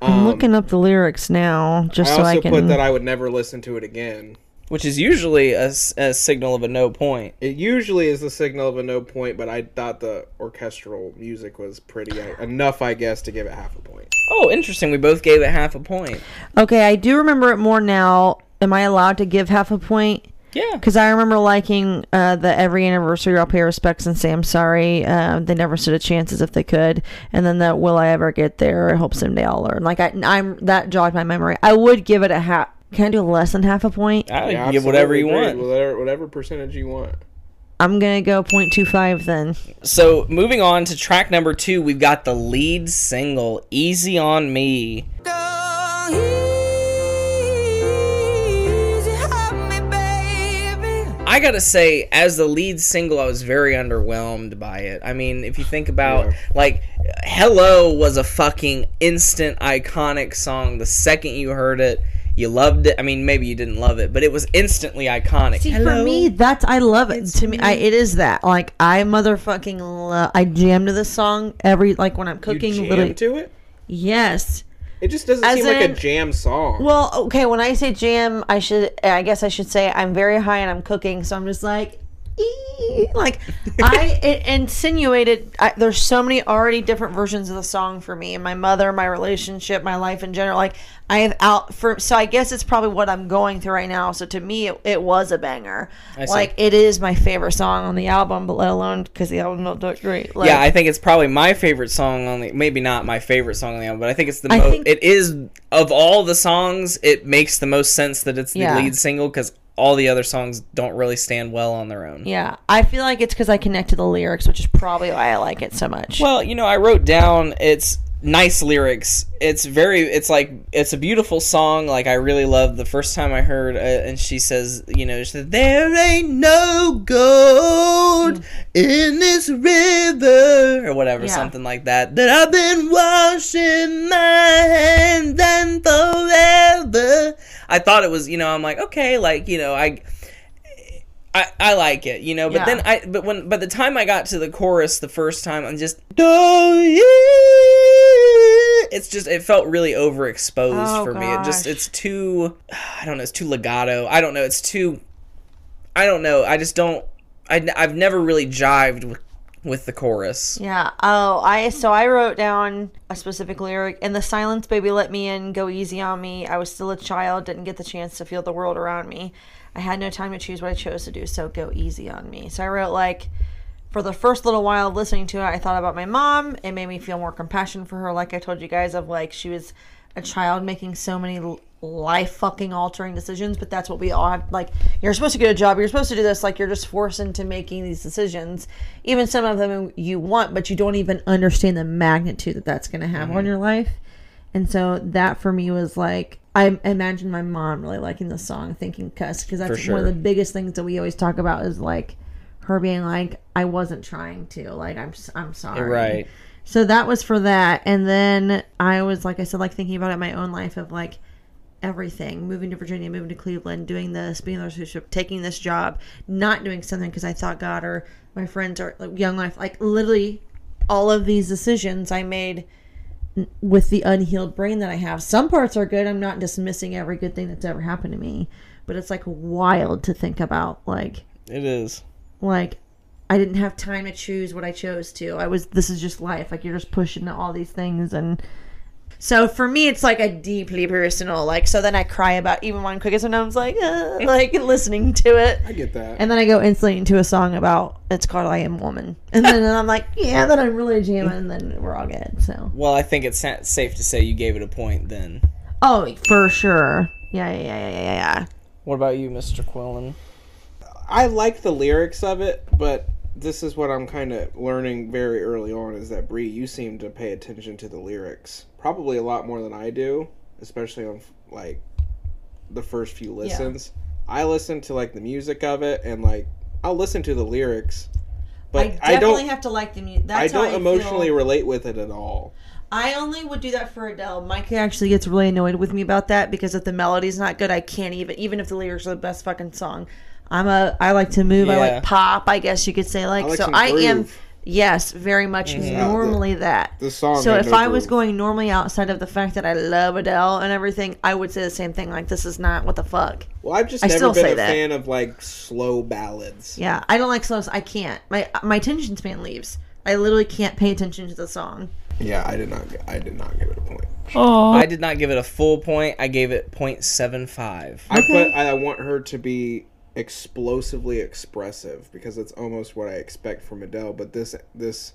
S3: I'm looking up the lyrics now just
S5: I
S3: so
S5: also
S3: I can.
S5: put that I would never listen to it again.
S1: Which is usually a, s- a signal of a no point.
S5: It usually is the signal of a no point, but I thought the orchestral music was pretty enough, I guess, to give it half a point.
S1: Oh, interesting. We both gave it half a point.
S3: okay, I do remember it more now. Am I allowed to give half a point?
S1: Yeah.
S3: Because I remember liking uh, the every anniversary I'll pay respects and say I'm sorry. Um, they never stood a chance as if they could, and then that will I ever get there? I hope someday I'll learn. Like I, I'm that jogged my memory. I would give it a half. Can I do less than half a point?
S1: I
S5: Yeah,
S1: can give whatever you
S5: absolutely
S1: want.
S5: agree. whatever, whatever percentage you want.
S3: I'm gonna go 0.25 then.
S1: So moving on to track number two, we've got the lead single "Easy on Me." I gotta say, as the lead single, I was very underwhelmed by it. I mean, if you think about like "Hello" was a fucking instant iconic song. The second you heard it, you loved it. I mean, maybe you didn't love it, but it was instantly iconic.
S3: See, for me, that's I love it. to me, I, it is that. Like I motherfucking love. I jam to this song every like when I'm cooking.
S5: Jam
S3: literally,
S5: to it.
S3: yes.
S5: It just doesn't
S3: As
S5: seem like a
S3: in-
S5: jam song.
S3: Well, okay. When I say jam, I should. I guess I should say I'm very high and I'm cooking, so I'm just like, "Ee."
S1: <laughs>
S3: like I it insinuated. I, there's so many already different versions of the song for me and my mother, my relationship, my life in general. Like I have out for. So I guess it's probably what I'm going through right now. So to me, it, it was a banger. Like it is my favorite song on the album, but let alone because the album not that great. Like,
S1: Yeah, I think it's probably my favorite song on the maybe not my favorite song on the album, but I think it's the
S3: I
S1: most.
S3: think-
S1: It is of all the songs, it makes the most sense that it's the
S3: Yeah.
S1: lead single because all the other songs don't really stand well on their own.
S3: yeah. I feel like it's because I connect to the lyrics, which is probably why I like it so much.
S1: Well, you know, I wrote down it's nice lyrics. It's very it's like it's a beautiful song. Like I really loved the first time I heard uh, and she says, you know, she said, there ain't no gold in this river or whatever
S3: Mm-hmm. Yeah.
S1: something like that. That I've been washing my hands and forever. I thought it was, you know, I'm like, okay, like, you know, I I, I like it, you know. But
S3: Yeah.
S1: then I but when by the time I got to the chorus the first time, I'm just "Do you-" it's just it felt really overexposed
S3: Oh,
S1: for me. It just
S3: gosh.
S1: it's too <sighs> I don't know, it's too legato. I don't know, it's too I don't know. I just don't I I've never really jived with with the chorus.
S3: Yeah. Oh, I so I wrote down a specific lyric in the silence, baby, let me in, go easy on me. I was still a child, didn't get the chance to feel the world around me. I had no time to choose what I chose to do, so go easy on me. So I wrote like for the first little while listening to it, I thought about my mom. It made me feel more compassion for her, like I told you guys, of like she was a child making so many life fucking altering decisions. But that's what we all have. Like, you're supposed to get a job, you're supposed to do this. Like, you're just forced into making these decisions. Even some of them you want, but you don't even understand the magnitude that that's going to have on your life. And so that for me was like, I imagine my mom really liking the song, thinking cuss, because that's one of the biggest things that we always talk about is like her being like, I wasn't trying to, like, I'm, s- I'm sorry.
S1: Right.
S3: So that was for that. And then I was, like I said, like thinking about it in my own life of like everything moving to Virginia, moving to Cleveland, doing this, being in the relationship, taking this job, not doing something because I thought God or my friends or like, young life, like literally all of these decisions I made n- with the unhealed brain that I have. Some parts are good. I'm not dismissing every good thing that's ever happened to me, but it's like wild to think about like
S1: It is.
S3: like I didn't have time to choose what I chose to. I was this is just life. Like you're just pushing all these things and so for me it's like a deeply personal like so then I cry about even one quickest when I was like
S5: <laughs>
S3: uh, like listening to it.
S5: I get that.
S3: And then I go instantly into a song about it's called I Am Woman. And then and I'm like, yeah, then I'm really jamming and then we're all good. So
S1: Well, I think it's sa- safe to say you gave it a point then.
S3: Oh for sure. Yeah, yeah, yeah, yeah, yeah.
S1: What about you, Mr. Quillen?
S5: I like the lyrics of it, but this is what I'm kind of learning very early on is that Bree, you seem to pay attention to the lyrics probably a lot more than I do, especially on like the first few listens. I listen to like the music of it and like I'll listen to the lyrics, but I, don't
S3: have to like the music.
S5: I don't emotionally relate with it at all.
S3: I only would do that for Adele. Mike actually gets really annoyed with me about that because if the melody's not good, I can't even. Even if the lyrics are the best fucking song, I'm a. I like to move. I
S1: Yeah.
S3: like pop. I guess you could say like.
S5: I like
S3: so
S5: some
S3: I am.
S5: groove.
S3: Yes, very much normally that.
S5: The song.
S3: So
S5: had
S3: if
S5: no
S3: I was
S5: groove.
S3: going normally outside of the fact that I love Adele and everything, I would say the same thing. Like this is not what the fuck.
S5: well, I've just
S3: I
S5: never
S3: still
S5: been
S3: say
S5: a
S3: that.
S5: fan of like slow ballads.
S3: Yeah, I don't like slows. I can't. My my attention span leaves. I literally can't pay attention to the song.
S5: Yeah, I did not. I did not give it a point.
S3: Oh.
S1: I did not give it a full point. I gave it 0.75.
S5: I put I want her to be explosively expressive because it's almost what I expect from Adele, but this this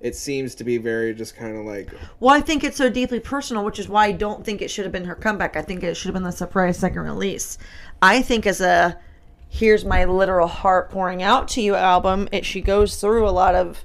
S5: it seems to be very just kind of like
S3: Well, I think it's so deeply personal, which is why I don't think it should have been her comeback. I think it should have been the surprise second release. I think as a here's my literal heart pouring out to you album, it she goes through a lot of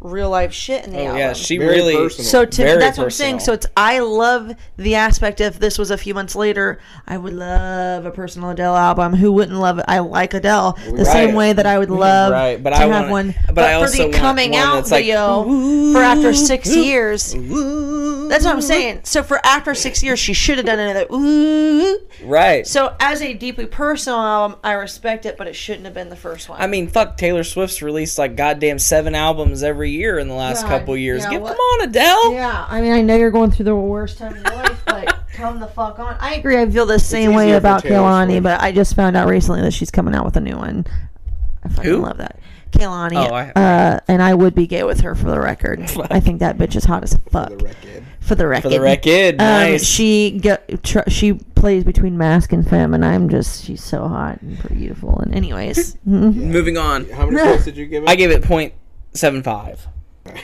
S3: real life shit in the album.
S1: Yeah, she
S5: very
S1: really
S5: personal.
S3: so to,
S1: very
S3: that's what I'm saying.
S1: personal.
S3: So it's I love the aspect if this was a few months later, I would love a personal Adele album. Who wouldn't love it? I like Adele the same way that I would love
S1: Right, but
S3: to
S1: I
S3: have
S1: want-
S3: one.
S1: but I also
S3: for
S1: want
S3: the coming
S1: one
S3: out
S1: that's like,
S3: video for after six years. That's what I'm saying. So for after six years, she should have done another. Ooh.
S1: Right.
S3: So as a deeply personal album, I respect it, but it shouldn't have been the first one.
S1: I mean, fuck, Taylor Swift's released like goddamn seven albums every year in the last
S3: God,
S1: couple years.
S3: yeah,
S1: Give,
S3: what-
S1: come on, Adele.
S3: Yeah, I mean, I know you're going through the worst time of your life, but come the fuck on. I agree. I feel the same way
S5: easier for
S3: about
S5: Taylor
S3: Kailani,
S5: Swift.
S3: but I just found out recently that she's coming out with a new one. I fucking
S1: Who?
S3: love that. Kailani.
S1: Oh, I-
S3: uh, and I would be gay with her for the record. I think that bitch is hot as fuck.
S5: the record.
S3: For the record.
S1: For the record,
S3: Um,
S1: nice.
S3: She go, tr- she plays between mask and femme, and I'm just she's so hot and beautiful. And anyways,
S1: Moving on.
S5: How
S1: <laughs>
S5: many points did you give it?
S1: I gave it 0.75.
S5: <laughs>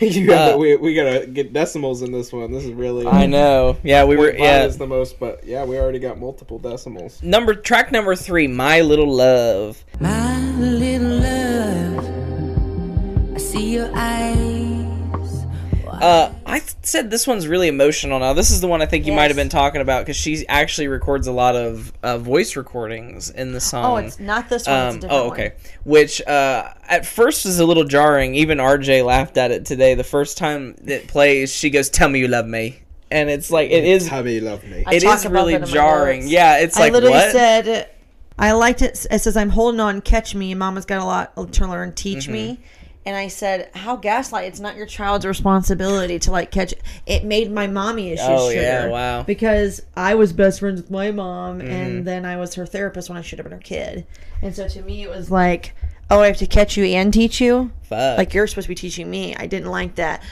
S5: you have
S1: uh,
S5: we we gotta get decimals in this one. This is really
S1: I
S3: Mm-hmm.
S1: know. Yeah, we were.
S5: Point five
S1: Yeah.
S5: is the most, but yeah, we already got multiple decimals.
S1: Number track number three, My Little Love.
S9: My little love, I see your eyes.
S1: Uh, I th- said this one's really emotional. Now this is the one I think you might have
S3: Yes.
S1: been talking about because she actually records a lot of uh, voice recordings in the song.
S3: Oh, it's not this one. it's a
S1: Um,
S3: different
S1: oh, okay. Which uh, at first is a little jarring. Even RJ laughed at it today. The first time it plays, she goes, "Tell me you love me," and it's like it is.
S9: Tell me you love me.
S3: One. I
S1: It
S3: talk
S1: is
S3: about
S1: really
S3: that in my
S1: jarring.
S3: notes.
S1: Yeah, it's like
S3: I literally
S1: what?
S3: said, I liked it. It says, "I'm holding on, catch me." Mama's got a lot to learn. Teach
S1: Mm-hmm.
S3: me. And I said, "How gaslight? It's not your child's responsibility to like catch." It, It made my mommy issues.
S1: Oh,
S3: sugar
S1: yeah, wow. Mm-hmm.
S3: Because I was best friends with my mom, and then I was her therapist when I should have been her kid. And so to me, it was like, "Oh, I have to catch you and teach you."
S1: Fuck.
S3: like you're supposed to be teaching me i didn't like that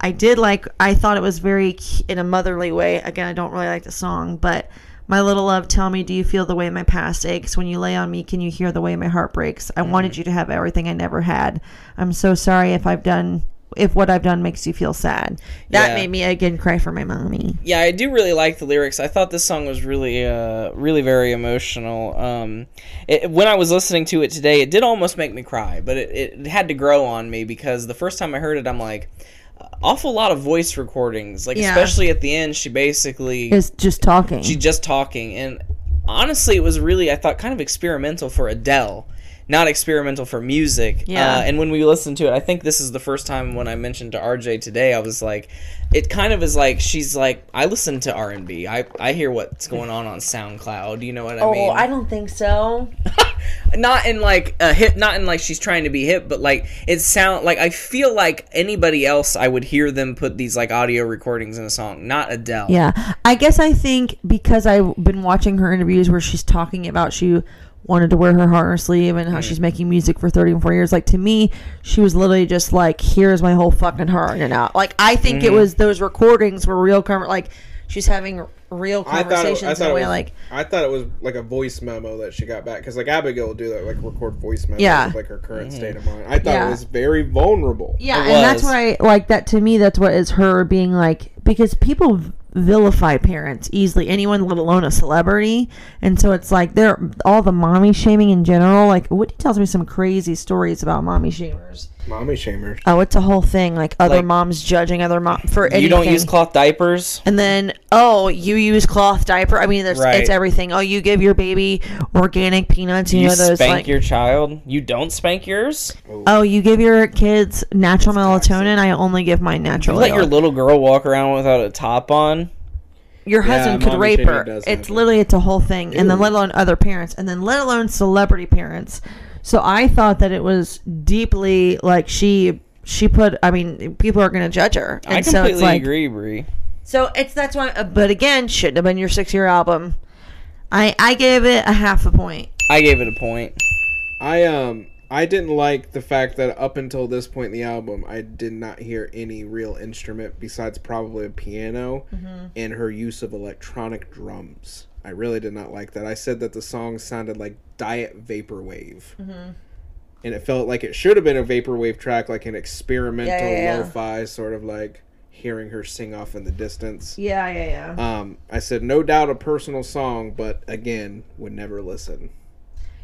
S3: i did like i thought it was very cu- in a motherly way again i don't really like the song but my little love tell me do you feel the way my past aches when you lay on me can you hear the way my heart breaks i
S1: Mm-hmm.
S3: wanted you to have everything i never had i'm so sorry if i've done if what i've done makes you feel sad that
S1: Yeah.
S3: made me again cry for my mommy
S1: yeah, I do really like the lyrics. I thought this song was really, uh, really very emotional. Um, it, when I was listening to it today, it did almost make me cry, but it, it had to grow on me because the first time I heard it, I'm like, awful lot of voice recordings. Like
S3: Yeah.
S1: especially at the end, she basically
S3: is just talking
S1: she just talking and honestly it was really i thought kind of experimental for adele not experimental for music
S3: Yeah.
S1: uh, and when we listened to it i think this is the first time when i mentioned to rj today i was like it kind of is like she's like i listen to r&b i, I hear what's going on on soundcloud you know what i
S3: oh
S1: mean
S3: i don't think so
S1: not in like a hip not in like she's trying to be hip but like it sound like i feel like anybody else i would hear them put these like audio recordings in a song not adele
S3: Yeah, I guess I think because I've been watching her interviews where she's talking about she wanted to wear her heart on her sleeve and
S9: Mm.
S3: how she's making music for 34 years. Like to me, she was literally just like, "Here's my whole fucking heart," and out. Like I think
S9: Mm-hmm.
S3: it was those recordings were real, conver- like she's having r- real
S9: I thought it,
S3: conversations
S9: I thought
S3: in
S9: it
S3: a way,
S9: was,
S3: like
S9: I thought it was like a voice memo that she got back because like Abigail will do that like record voice memos
S3: Yeah.
S9: of, like her current state of mind. I thought
S3: Yeah.
S9: it was very vulnerable.
S3: yeah,
S1: It
S3: and that's
S1: was.
S3: what I like. That to me, that's what is her being like because people v- vilify parents easily, anyone, let alone a celebrity, and so it's like they're all the mommy shaming in general. Like Whitney tells me some crazy stories about mommy shamers.
S9: Mommy shamers.
S3: Oh, it's a whole thing. Like other
S1: Like-
S3: moms judging other mom for anything.
S1: you don't use cloth diapers
S3: And then, oh, you use cloth diaper. I mean, there's,
S1: Right.
S3: it's everything. Oh, you give your baby organic peanuts. You,
S1: you
S3: know those
S1: spank
S3: like.
S1: your child you don't spank yours
S3: oh, you give your kids natural melatonin. I only give mine natural.
S1: you let
S3: oil.
S1: your little girl walk around without a top on
S3: your husband could
S9: mommy
S3: rape
S9: shaming
S3: her.
S9: does
S3: It's
S9: happen.
S3: literally it's a whole thing, and then let alone other parents, and then let alone celebrity parents. So I thought that it was deeply like she she put. I mean, people are going to judge her, and
S1: i
S3: so
S1: completely
S3: it's like
S1: agree Bree.
S3: so it's that's why. uh, But again, shouldn't have been your six year album. I I gave it a half a point.
S1: i gave it a point
S9: I um I didn't like the fact that up until this point in the album, I did not hear any real instrument besides probably a piano
S3: Mm-hmm.
S9: and her use of electronic drums. I really did not like that. I said that the song sounded like diet vaporwave.
S3: Mm-hmm.
S9: And it felt like it should have been a vaporwave track, like an experimental
S3: yeah, yeah.
S9: lo-fi sort of like hearing her sing off in the distance.
S3: Yeah, yeah, yeah.
S9: Um, I said no doubt a personal song, but again, would never listen.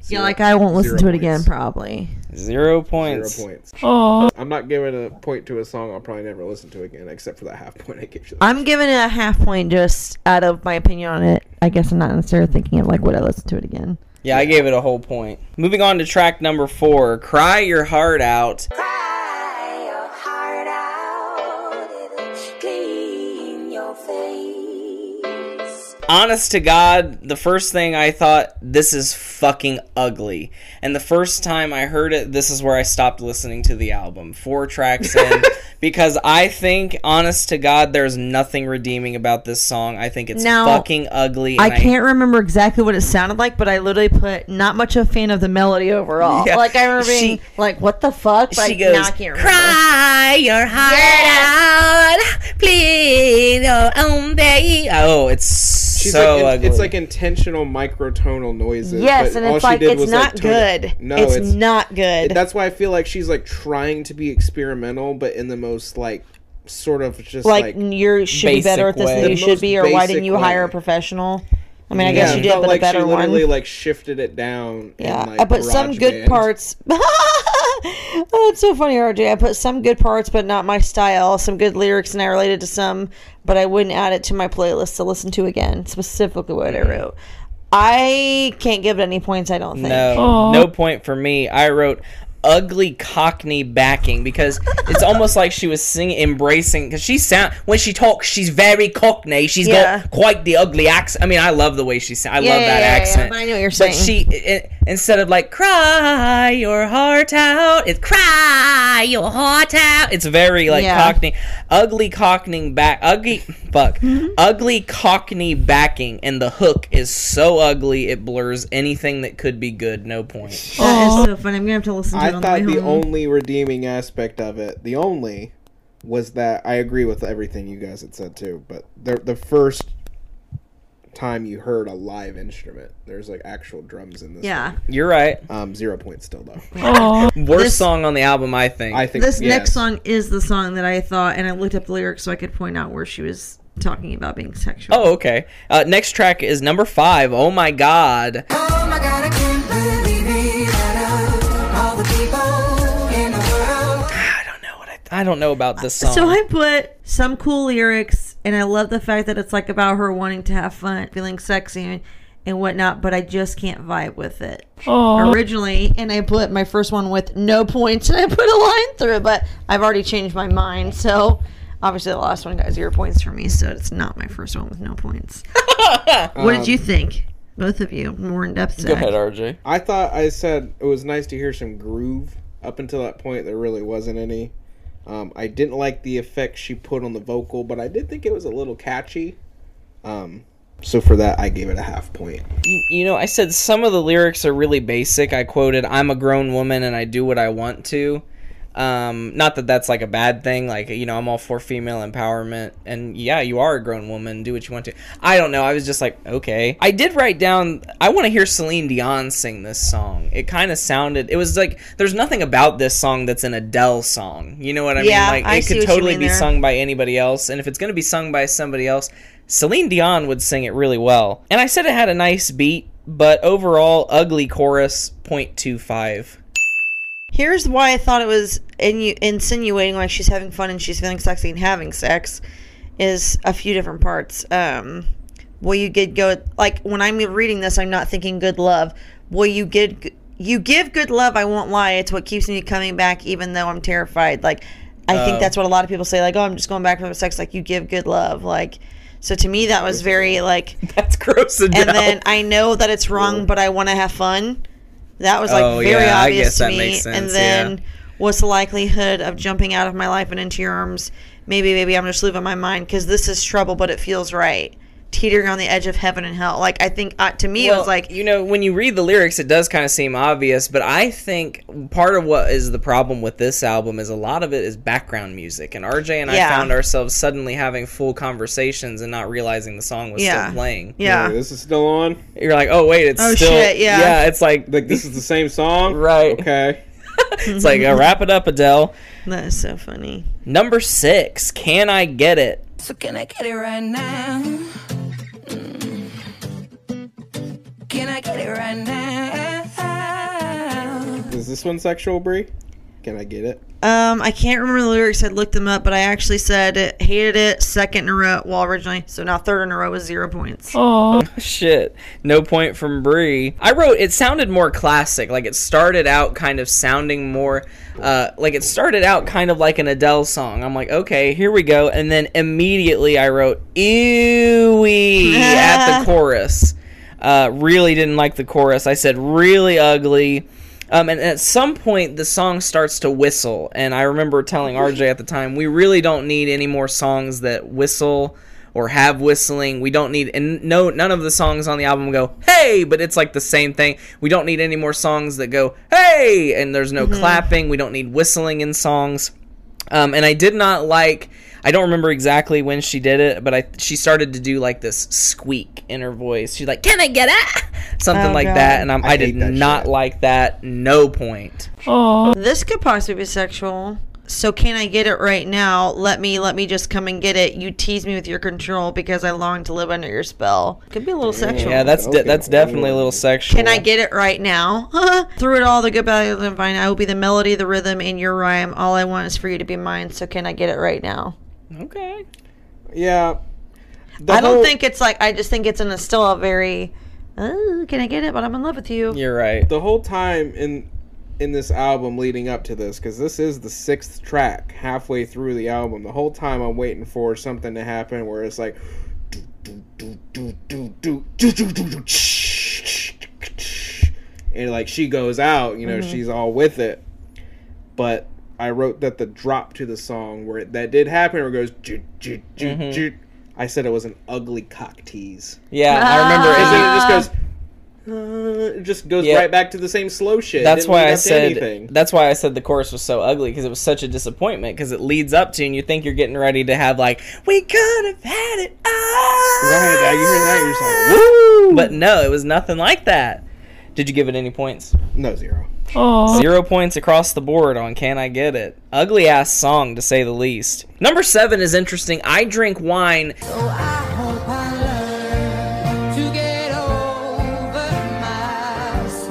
S3: Yeah,
S9: Zero-
S3: like I won't listen
S9: zero
S3: to it again
S9: points.
S3: probably.
S1: zero
S9: Zero
S1: points
S9: points. I'm not giving a point to a song I'll probably never listen to again, except for that half point I gave you.
S3: I'm giving it a half point just out of my opinion on it. I guess I'm not necessarily thinking of like would I listen to it again.
S1: yeah i gave it a whole point moving on to track number four cry your heart out
S8: Cry your heart out, it'll clean your face.
S1: honest to god the first thing i thought this is fucking ugly and the first time i heard it this is where i stopped listening to the album four tracks
S8: <laughs>
S1: in because i think honest to god there's nothing redeeming about this song i think it's
S3: Now,
S1: fucking ugly
S3: I
S1: and
S3: can't remember exactly what it sounded like, but I literally put not much of a fan of the melody overall.
S1: Yeah.
S3: Like I remember
S1: She-
S3: being like, "What the fuck?" But
S1: she
S3: I- now
S1: goes,
S3: I can't remember.
S7: Cry your heart out, plead your own day.
S1: Oh, it's
S9: She's
S1: so
S9: like, in-
S1: ugly.
S9: It's like intentional microtonal noises.
S3: Yes,
S9: but
S3: and
S9: all
S3: it's
S9: she
S3: like
S9: did
S3: it's
S9: was,
S3: not
S9: tone it-
S3: good.
S9: No,
S3: it's,
S9: it's,
S3: not good.
S9: That's why I feel like she's like trying to be experimental, but in the most like sort of just
S3: like,
S9: like,
S3: you should be better at
S1: basic
S3: this
S1: way.
S3: than you
S9: The
S3: should
S9: most
S3: be, or why didn't
S9: basic
S3: you hire a
S9: way.
S3: professional? I mean, I
S9: yeah,
S3: guess you
S9: it
S3: did,
S9: felt
S3: but
S9: like
S3: a better
S9: she
S3: one.
S9: literally like shifted it down.
S3: yeah,
S9: in,
S3: <laughs>
S9: like,
S3: but some good
S9: GarageBand.
S3: parts. Oh, it's so funny, RJ. I put some good parts, but not my style. Some good lyrics, and I related to some, but I wouldn't add it to my playlist to listen to again. Specifically, what
S9: Mm-hmm.
S3: I wrote. I can't give it any points. I don't think.
S1: No, no point for me. I wrote ugly cockney backing because it's almost like she was singing embracing because she sound when she talks she's very cockney She's
S3: Yeah.
S1: got quite the ugly accent i mean i love the way she sounds i
S3: Yeah,
S1: love
S3: yeah,
S1: that
S3: yeah, yeah,
S1: accent
S3: but I know what you're
S1: but
S3: saying.
S1: she i- i- instead of like cry your heart out it's cry your heart out it's very like
S3: Yeah.
S1: cockney ugly cockney back ugly fuck
S3: Mm-hmm.
S1: ugly cockney backing and the hook is so ugly it blurs anything that could be good no point
S3: That is so funny. I'm gonna have to listen to
S9: I
S3: it on the way
S9: thought the
S3: home.
S9: only redeeming aspect of it, the only, was that I agree with everything you guys had said too. But the the first time you heard a live instrument, there's like actual drums in this.
S3: yeah.
S1: You're right.
S9: thing. Um, zero points still though.
S1: Worst
S3: This-
S1: song on the album, I think.
S9: I think
S3: This next
S9: yes.
S3: song is the song that I thought, and I looked up the lyrics so I could point out where she was talking about being sexual.
S1: oh, okay. Uh, next track is number five. Oh my god.
S8: Oh my god, I can't believe it. All the people in the world.
S1: Ah, I don't know what I. I don't know about this song.
S3: So I put some cool lyrics, and I love the fact that it's like about her wanting to have fun, feeling sexy, and, and whatnot. But I just can't vibe with it originally. And I put my first one with no points, <laughs> and I put a line through it. But I've already changed my mind, so obviously the last one got zero points for me. So it's not my first one with no points. what did you think, both of you, more in depth? Go
S1: RJ.
S9: I thought I said it was nice to hear some groove. Up until that point, there really wasn't any. Um, I didn't like the effect she put on the vocal, but I did think it was a little catchy. Um, so for that, I gave it a half point.
S1: You, you know, I said some of the lyrics are really basic. I quoted, "I'm a grown woman and I do what I want to." Um, not that that's like a bad thing. Like you know, I'm all for female empowerment, and yeah, you are a grown woman. Do what you want to. I don't know. I was just like, okay. I did write down. I want to hear Celine Dion sing this song. It kind of sounded. It was like there's nothing about this song that's an Adele song. You know what I
S3: Yeah,
S1: mean? Like
S3: I
S1: it
S3: see
S1: could
S3: what you
S1: totally
S3: mean
S1: be
S3: there.
S1: sung by anybody else, and if it's gonna be sung by somebody else, Celine Dion would sing it really well. And I said it had a nice beat, but overall, ugly chorus 0.25.
S3: Here's why I thought it was inu- insinuating like she's having fun and she's feeling sexy and having sex is a few different parts. Um, will you get good? Like when I'm reading this, I'm not thinking good love. Will you get? g- You give good love. I won't lie. It's what keeps me coming back, even though I'm terrified. Like I think that's what a lot of people say. Like oh, I'm just going back from sex. Like you give good love. Like so to me that was very like.
S1: <laughs> That's gross. <laughs>
S3: And then I know that it's wrong, but I want to have fun. That was like
S1: Oh,
S3: very
S1: yeah, I
S3: obvious
S1: guess
S3: to
S1: that
S3: me.
S1: makes sense,
S3: and then what's the likelihood of jumping out of my life and into your arms? Maybe, maybe I'm just losing my mind because this is trouble, but it feels right. Teetering on the edge of heaven and hell. Like I think uh, to me it was like
S1: you know, when you read the lyrics, it does kind of seem obvious, but I think part of what is the problem with this album is a lot of it is background music. And RJ and I
S3: Yeah.
S1: found ourselves suddenly having full conversations and not realizing the song was
S3: Yeah.
S1: still playing.
S3: yeah.
S9: Hey, this is still on.
S1: You're like, oh wait, it's
S3: Oh,
S1: still
S3: shit, yeah.
S1: yeah. It's like
S9: Like this is the same song,
S1: Right.
S9: Okay.
S1: it's like
S3: <laughs>
S1: uh, wrap it up, Adele.
S3: That is so funny.
S1: Number six, can I get it?
S8: So can I get it right now? Mm. Can I get it right now?
S9: Is this one sexual, Brie? Can I get it?
S3: Um, I can't remember the lyrics. I looked them up, but I actually said it, hated it second in a row. Well, originally, so now third in a row was zero points.
S1: Shit, no point from Bree. I wrote it sounded more classic. Like it started out kind of sounding more, uh, like it started out kind of like an Adele song. I'm like, okay, here we go, and then immediately I wrote ewy at the chorus. Uh, really didn't like the chorus. I said really ugly. Um, and at some point, the song starts to whistle. And I remember telling RJ at the time, we really don't need any more songs that whistle or have whistling. We don't need, and no, none of the songs on the album go, hey, but it's like the same thing. We don't need any more songs that go, hey, and there's no clapping. We don't need whistling in songs. Um, and I did not like. I don't remember exactly when she did it, but I she started to do like this squeak in her voice. She's like, "Can I get it?" Something
S3: Oh,
S1: like that, and I'm, I,
S9: hate
S1: did
S9: that
S1: not
S9: shit.
S1: like that. No point.
S3: This could possibly be sexual. so can I get it right now? Let me let me just come and get it. You tease me with your control because I long to live under your spell. Could be a little sexual.
S1: Yeah, that's de-
S9: Oh, Okay.
S1: that's definitely a little sexual.
S3: Can I get it right now? <laughs> Through it all, the good, bad, and fine. I will be the melody, the rhythm, and your rhyme. All I want is for you to be mine. So can I get it right now?
S1: Okay.
S9: Yeah. The
S3: I don't
S9: whole-
S3: think it's like. I just think it's in a still a very. Oh, can I get it? But I'm in love with you.
S1: You're right.
S9: the whole time in in this album leading up to this because this is the sixth track halfway through the album the whole time i'm waiting for something to happen where it's like and like she goes out you know she's all with it but i wrote that the drop to the song where it, that did happen where it goes "Ju- ju- ju-
S1: Mm-hmm.
S9: ju." i said it was an ugly cock tease
S1: Yeah,
S3: <laughs>
S1: I remember.
S9: and
S1: it-
S9: then it just goes uh, it just goes
S1: Yeah.
S9: right back to the same slow shit.
S1: that's
S9: Didn't
S1: why
S9: lead
S1: I
S9: up to
S1: said
S9: anything.
S1: that's why I said the chorus was so ugly because it was such a disappointment because it leads up to and you think you're getting ready to have like we could have had it all.
S9: Right, now you hear that, you're just like,
S1: But no, it was nothing like that. Did you give it any points?
S9: "Woo!" No zero.
S1: Zero points across the board on Can I Get It? Ugly ass song, to say the least. Number seven is interesting. I drink wine.
S8: So I hope I learn to get over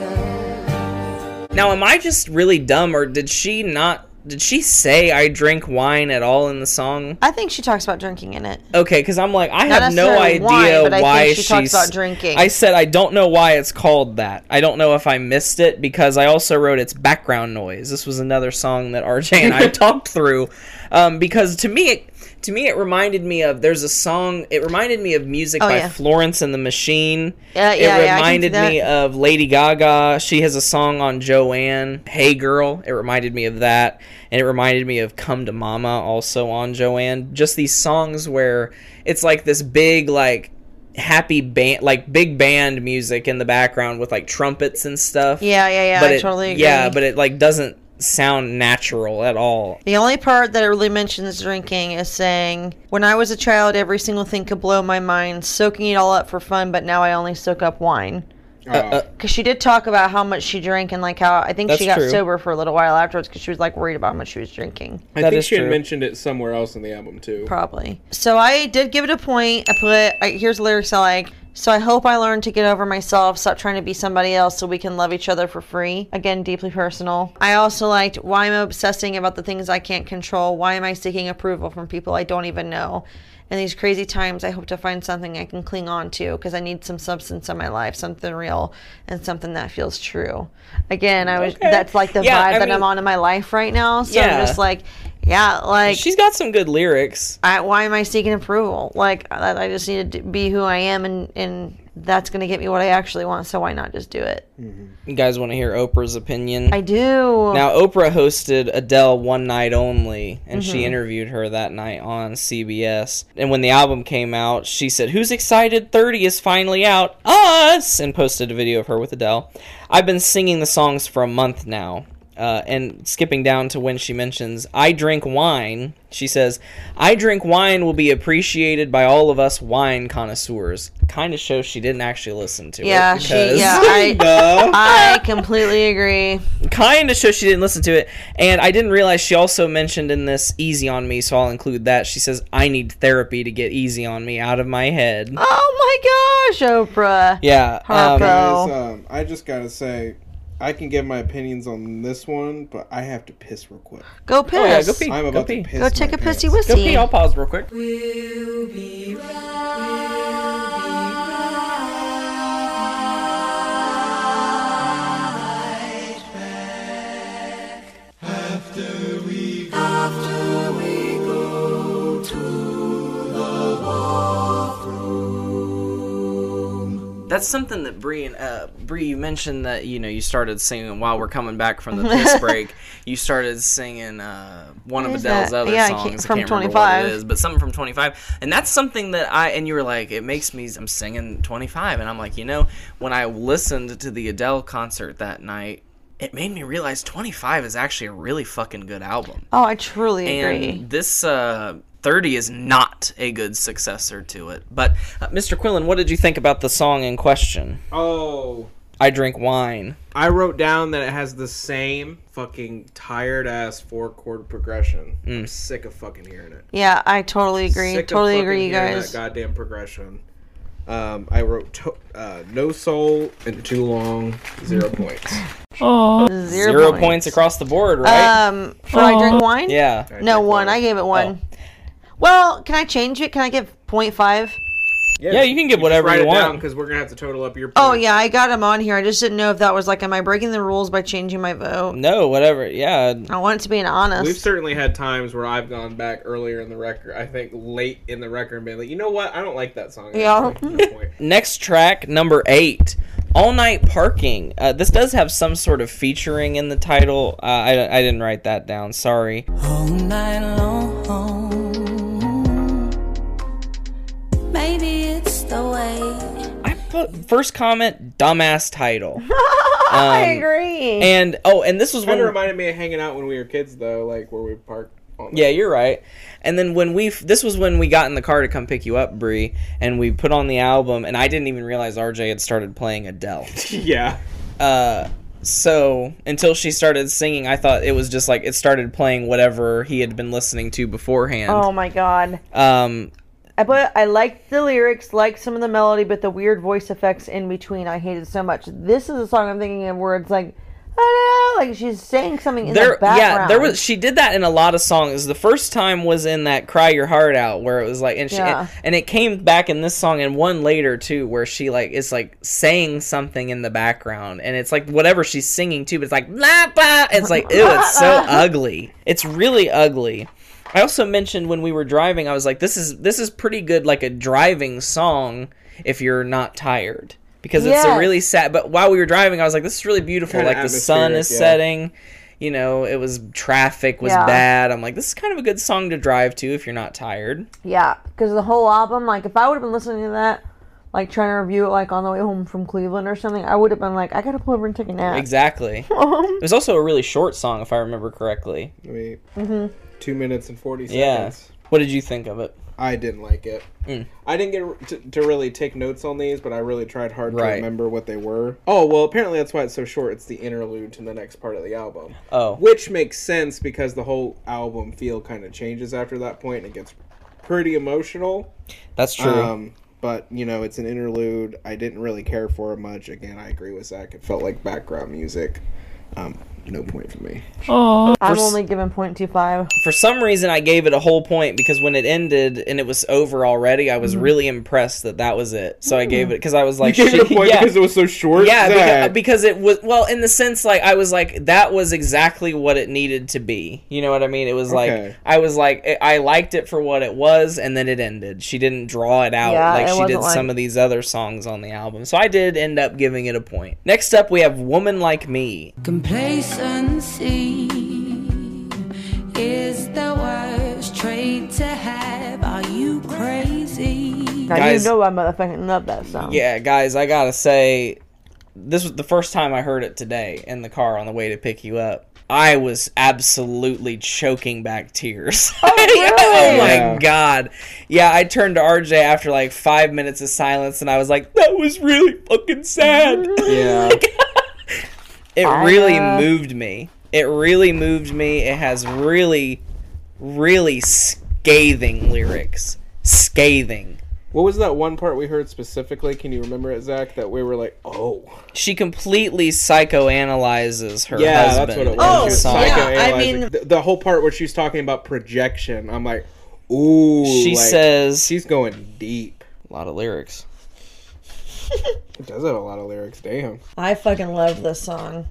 S8: myself.
S1: Now, am I just really dumb or did she not? Did she say I drink wine at all in the song?
S3: I think she talks about drinking in it.
S1: Okay, because I'm like, I
S3: Not
S1: have no
S3: necessarily
S1: idea
S3: wine, but I think
S1: why
S3: she talks
S1: she's.
S3: about drinking.
S1: I said I don't know why it's called that. I don't know if I missed it because I also wrote its background noise. This was another song that RJ and
S3: <laughs>
S1: I talked through, um, because to me, it, to me, it reminded me of. There's a song. It reminded me of music
S3: Oh,
S1: by
S3: yeah.
S1: Florence and the Machine.
S3: Uh, Yeah, yeah, yeah, I
S1: It
S3: can see
S1: reminded me
S3: that.
S1: of Lady Gaga. She has a song on Joanne, Hey Girl. It reminded me of that. And it reminded me of Come to Mama, also on Joanne. Just these songs where it's like this big, like, happy band, like big band music in the background with like trumpets and stuff.
S3: Yeah, yeah, yeah.
S1: But
S3: I
S1: it-
S3: totally agree.
S1: Yeah, but it like doesn't sound natural at all.
S3: The only part that it really mentions drinking is saying, When I was a child, every single thing could blow my mind, soaking it all up for fun, but now I only soak up wine.
S1: Oh.
S9: Uh,
S3: Because she did talk about how much she drank and like how I think
S1: That's
S3: she got
S1: true.
S3: sober for a little while afterwards because she was like worried about how much she was drinking.
S9: I
S1: that
S9: think
S1: is
S9: she had
S1: true.
S9: mentioned it somewhere else in the album too.
S3: Probably. So I did give it a point. I put, I, here's lyrics I like. So I hope I learn to get over myself, stop trying to be somebody else so we can love each other for free. Again, deeply personal. I also liked why am I obsessing about the things I can't control? Why am I seeking approval from people I don't even know? In these crazy times, I hope to find something I can cling on to because I need some substance in my life, something real and something that feels true. Again, I was that's like the
S1: Yeah,
S3: vibe
S1: I
S3: that
S1: mean-
S3: I'm on in my life right now. So
S1: Yeah.
S3: I'm just like, yeah, like
S1: She's got some good lyrics.
S3: I, why am I seeking approval? Like I, I just need to d- be who I am, and and that's gonna get me what I actually want. So why not just do it?
S1: You guys want to hear Oprah's opinion?
S3: I do.
S1: Now, Oprah hosted Adele one night only, and she interviewed her that night on CBS. And when the album came out, she said, Who's excited? 30 is finally out. Us! And posted a video of her with Adele. I've been singing the songs for a month now. Uh, and skipping down to when she mentions, I drink wine, she says, I drink wine will be appreciated by all of us wine connoisseurs. Kind of shows she didn't actually listen to
S3: yeah,
S1: it.
S3: she,
S1: because- <laughs>
S3: yeah, I, I completely agree.
S1: kind of shows she didn't listen to it. And I didn't realize she also mentioned in this easy on me, so I'll include that. She says, I need therapy to get easy on me out of my head.
S3: Uh, Oh my gosh, Oprah.
S1: Yeah. Um,
S3: Harpo.
S9: Guys, um, I just gotta say, I can give my opinions on this one, but I have to piss real quick.
S3: Go piss.
S1: oh, yeah, go
S3: go,
S1: pee.
S9: I'm
S1: go
S9: about
S1: pee.
S9: to piss.
S3: take a
S9: my
S3: pissy
S9: pants.
S1: Go
S3: wissy.
S1: pee. I'll pause real quick. That's something that Bree and uh, Bree, you mentioned that you know you started singing while we're coming back from the
S3: <laughs>
S1: piss break. You started singing uh, one of
S3: is
S1: Adele's
S3: that?
S1: other
S3: Yeah, I
S1: songs.
S3: can't-
S1: I
S3: from
S1: can't remember what it
S3: 25.
S1: is, but something from twenty five, and that's something that I and you were like, it makes me I'm singing twenty five, and I'm like, you know, when I listened to the Adele concert that night, it made me realize twenty five is actually a really fucking good album.
S3: Oh, I truly agree.
S1: And this uh, 30 is not a good successor to it. But, uh, Mr. Quillen, what did you think about the song in question?
S5: Oh,
S1: I drink wine.
S9: I wrote down that it has the same fucking tired ass four chord progression. I'm sick of fucking hearing it.
S3: Yeah, I totally agree.
S9: Sick of
S3: totally
S9: fucking
S3: agree, you
S9: hearing
S3: guys.
S9: That goddamn progression. Um, I wrote to- uh, no soul and too long, zero points.
S3: Zero,
S1: Zero points. Uh, across the board, right? Oh.
S3: Um, for I drink wine.
S1: yeah. Oh.
S3: No one. I gave it one. Well, can I change it? Can I give 0.5?
S1: Yeah, you can get whatever
S9: write
S1: you
S9: it
S1: want.
S9: down because we're gonna have to total up your. Points.
S3: Oh yeah, I got him on here. I just didn't know if that was like, am I breaking the rules by changing my vote?
S1: No, whatever. Yeah.
S3: I want it to be an
S9: We've
S3: honest.
S9: certainly had times where I've gone back earlier in the record. I think late in the record, and been like, you know what? I don't like that song.
S3: Yeah.
S1: Um,
S9: actually." Good point.
S1: Next track, number eight. All night parking. Uh, this does have some sort of featuring in the title. Uh, I, I didn't write that down. Sorry.
S8: all night long. Maybe it's the way.
S1: I put first comment, dumbass title.
S3: <laughs>
S1: <laughs>
S3: I
S1: Um,
S3: agree.
S1: And oh, and this was
S9: Kind
S1: when
S9: of reminded me of hanging out when we were kids, though, like where we parked. all night.
S1: Yeah, you're right. And then when we, this was when we got in the car to come pick you up, Bree, and we put on the album, and I didn't even realize RJ had started playing Adele.
S9: yeah.
S1: Uh, so until she started singing, I thought it was just like it started playing whatever he had been listening to beforehand.
S3: oh my god.
S1: Um,
S3: I but I liked the lyrics, liked some of the melody, but the weird voice effects in between I hated so much. This is a song I'm thinking of where it's like, I don't know, like she's saying something in
S1: there,
S3: the background.
S1: yeah, there was. She did that in a lot of songs. The first time was in that "Cry Your Heart Out," where it was like, and she,
S3: Yeah.
S1: and it came back in this song and one later too, where she like is like saying something in the background, and it's like whatever she's singing too, but it's like blah blah. It's like ew, it's so
S3: <laughs>
S1: ugly. It's really ugly. I also mentioned when we were driving, I was like, this is this is pretty good, like a driving song if you're not tired. Because it's a
S3: Yes.
S1: really sad, but while we were driving, I was like, "This is really beautiful."
S9: Kinda
S1: like the sun is
S9: atmospheric, yeah.
S1: setting, you know, it was traffic was
S3: Yeah.
S1: bad. I'm like, this is kind of a good song to drive to if you're not tired.
S3: Yeah, because the whole album, like if I would have been listening to that, like trying to review it like on the way home from Cleveland or something, I would have been like, I gotta pull over and take a nap. <laughs>
S1: Exactly. it was also a really short song, if I remember correctly.
S9: I mean,
S1: Mm-hmm.
S9: two minutes and forty
S1: Yeah.
S9: seconds.
S1: What did you think of it?
S9: I didn't like it. I didn't get to, to really take notes on these, but I really tried hard
S1: Right.
S9: to remember what they were. Oh well, apparently that's why it's so short. It's the interlude to the next part of the album,
S1: Oh,
S9: which makes sense because the whole album feel kind of changes after that point, and it gets pretty emotional.
S1: that's true.
S9: Um, but you know, it's an interlude. I didn't really care for it much. Again, I agree with Zach. It felt like background music. Um, no point for
S1: <laughs>
S9: me.
S3: I'm only giving 0.25.
S1: For some reason, I gave it a whole point because when it ended and it was over already, I was really impressed that that was it. So I gave it because I was like,
S9: You gave it a
S1: "Shit,
S9: point
S1: yeah."
S9: because it was so short.
S1: yeah,
S9: Zach.
S1: because, because it was well in the sense like I was like that was exactly what it needed to be. You know what I mean? It was like
S9: Okay.
S1: I was like I- I liked it for what it was, and then it ended. She didn't draw it out
S3: Yeah,
S1: like
S3: it
S1: she did
S3: wasn't like-
S1: some of these other songs on the album. So I did end up giving it a point. Next up, we have "Woman Like Me."
S8: Complacency is the worst trait to have. Are you crazy?
S3: Now
S1: Guys-
S3: you know I motherfucking love that song.
S1: Yeah, guys, I gotta say, this was the first time I heard it today in the car on the way to pick you up. I was absolutely choking back tears. <laughs> Oh, my
S9: Yeah.
S1: god. Yeah, I turned to RJ after like five minutes of silence and I was like, that was really fucking
S3: <laughs>
S1: sad.
S9: <laughs>
S1: <laughs>
S9: yeah.
S1: It really
S3: Uh.
S1: moved me. It really moved me. It has really, really scathing lyrics. Scathing.
S9: What was that one part we heard specifically? Can you remember it, Zach? That we were like, oh,
S1: she completely psychoanalyzes her husband.
S9: that's what it was.
S1: in
S3: Oh,
S1: the
S9: She was
S1: song.
S3: yeah, I
S9: psychoanalyzing.
S3: mean-
S9: the, the whole part where she's talking about projection. I'm like, ooh,
S1: She
S9: like,
S1: says
S9: she's going deep.
S1: a lot of lyrics.
S9: It does have a lot of lyrics. Damn.
S3: I fucking love this song.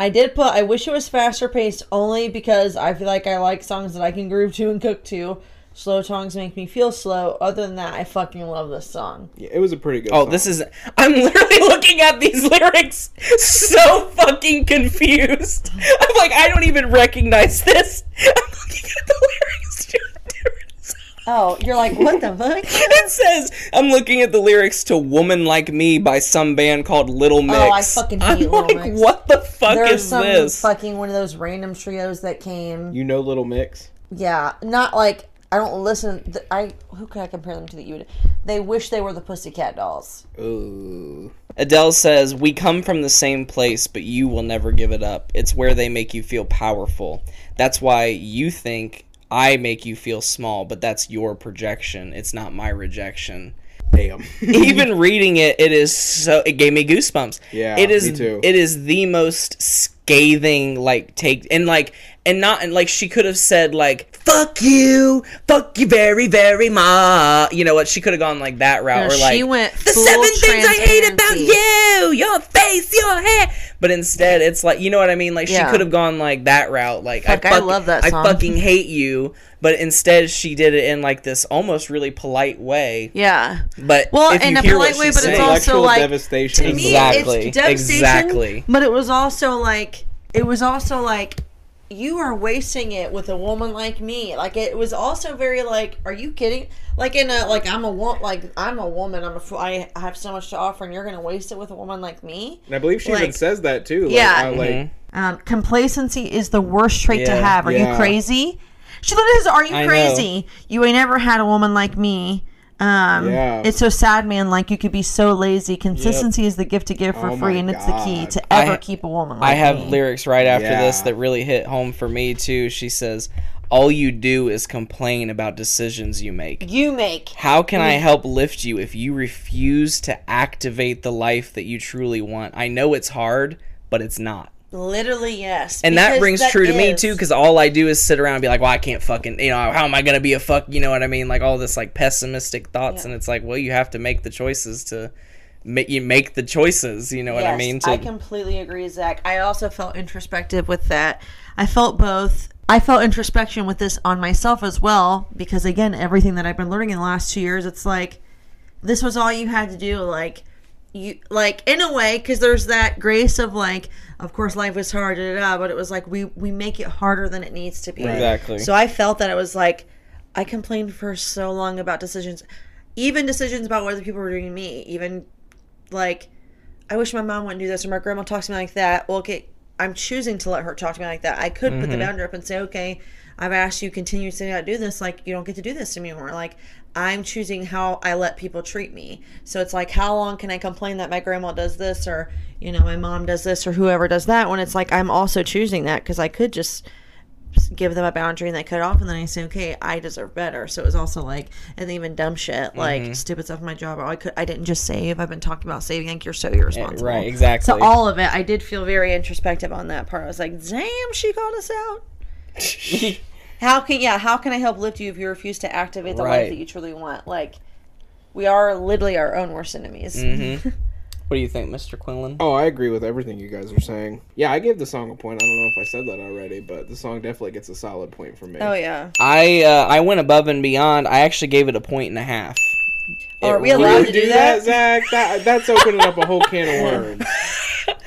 S3: I did put I wish it was faster paced only because I feel like I like songs that I can groove to and cook to. Slow songs make me feel slow. Other than that, I fucking love this song.
S9: Yeah, it was a pretty good.
S1: Oh, this is. I'm literally <laughs> looking at these lyrics so fucking confused. I'm like, I don't even recognize this. I'm looking at the lyrics. to a different song.
S3: Oh, you're like, what the fuck?
S1: It says, I'm looking at the lyrics to Woman Like Me by some band called Little Mix.
S3: Oh, I fucking hate
S1: I'm
S3: Little
S1: like,
S3: Mix.
S1: what the fuck
S3: There's
S1: is
S3: some
S1: this?
S3: fucking one of those random trios that came.
S9: You know, Little Mix.
S3: Yeah, not like I don't listen. th- I who can I compare them to that you would? They wish they were the Pussycat Dolls.
S9: Ooh.
S1: Adele says, We come from the same place, but you will never give it up. It's where they make you feel powerful. That's why you think I make you feel small, but that's your projection. It's not my rejection.
S9: <laughs> Damn.
S1: <laughs> Even reading it, it is so it gave me goosebumps.
S9: Yeah,
S1: It is
S9: me too.
S1: it is the most scathing like take and like and not and like she could have said like fuck you, fuck you very, very much. You know what? She could have gone like that route
S3: No,
S1: or like
S3: she went
S1: the
S3: full
S1: seven things I hate about
S3: transparency.
S1: you, your face, your hair. But instead, it's like you know what I mean. Like
S3: Yeah.
S1: she could have gone like that route. Like
S3: Fuck, I love that song.
S1: I fucking hate you. But instead, she did it in like this almost really polite way.
S3: Yeah.
S1: But
S3: Well,
S1: if you
S3: in a
S1: hear
S3: polite
S1: what
S3: way,
S1: she's
S3: but it's
S1: saying-
S3: also
S9: Intellectual
S3: like
S9: devastation
S3: To
S9: is
S3: me,
S9: the word.
S1: Exactly.
S3: it's devastation.
S1: Exactly.
S3: But it was also like it was also like you are wasting it with a woman like me. Like it was also very like, are you kidding? Like in a like I'm a woman. Like I'm a woman. I'm a fool. I have so much to offer, and you're gonna waste it with a woman like me.
S9: And I believe she even
S3: Like-
S9: says that too. Like,
S3: Yeah.
S9: I,
S1: Mm-hmm.
S9: like,
S3: Um, complacency is the worst trait to
S1: Yeah,
S3: have. Are you
S9: yeah.
S3: crazy? She literally says, "Are you
S1: I know.
S3: crazy? You ain't never had a woman like me." Um,
S9: Yeah.
S3: It's so sad, man. Like you could be so lazy. Consistency is the gift to give for
S9: Oh my
S3: free, and it's the key
S9: God.
S3: to ever
S1: I-
S3: keep a woman. Like
S1: I have
S3: me.
S1: lyrics right after
S9: Yeah.
S1: this that really hit home for me too. She says, "All you do is complain about decisions you make."
S3: you make.
S1: How can
S3: Mm.
S1: I help lift you if you refuse to activate the life that you truly want? I know it's hard, but it's not.
S3: Literally, yes.
S1: And that
S3: because
S1: rings true to me
S3: is-
S1: too, because all I do is sit around and be like, "Well, I can't fucking, you know, how am I gonna be a fuck? You know what I mean? Like all this like pessimistic thoughts, and it's like, well, you have to make the choices to, make you make the choices. You know what I
S3: Yes,
S1: mean? To,
S3: I completely agree, Zach. I also felt introspective with that. I felt both. I felt introspection with this on myself as well, because again, everything that I've been learning in the last two years, it's like this was all you had to do. Like you, like in a way, because there's that grace of like, of course, life is hard, da, da, da, but it was like we we make it harder than it needs to be.
S1: Exactly.
S3: So I felt that it was like I complained for so long about decisions, even decisions about what other people were doing to me, even like I wish my mom wouldn't do this or my grandma talks to me like that. Well, okay, I'm choosing to let her talk to me like that. I could put the boundary up and say, okay, I've asked you continuously not to do this. Like, you don't get to do this anymore. Like, I'm choosing how I let people treat me. So it's like, how long can I complain that my grandma does this or, you know, my mom does this or whoever does that when it's like, I'm also choosing that because I could just give them a boundary and they cut it off and then I say, Okay, I deserve better. So it was also like and even dumb shit, like stupid stuff in my job. Oh, I could I didn't just save. I've been talking about saving, like you're so irresponsible.
S1: right, exactly.
S3: So all of it, I did feel very introspective on that part. I was like, damn, she called us
S9: <laughs>
S3: out. how can yeah, how can I help lift you if you refuse to activate the life
S1: Right.
S3: that you truly want? Like we are literally our own worst enemies.
S9: Mm-hmm.
S3: <laughs>
S1: what do you think, Mr. Quinlan?
S9: Oh, I agree with everything you guys are saying. Yeah, I gave the song a point. I don't know if I said that already, but the song definitely gets a solid point from me.
S3: Oh yeah.
S1: I uh, I went above and beyond. I actually gave it a point and a half.
S3: are
S1: It
S3: we allowed
S9: You
S3: to
S9: do that, Zach? That, that's opening up a whole can of
S3: <laughs>
S9: worms.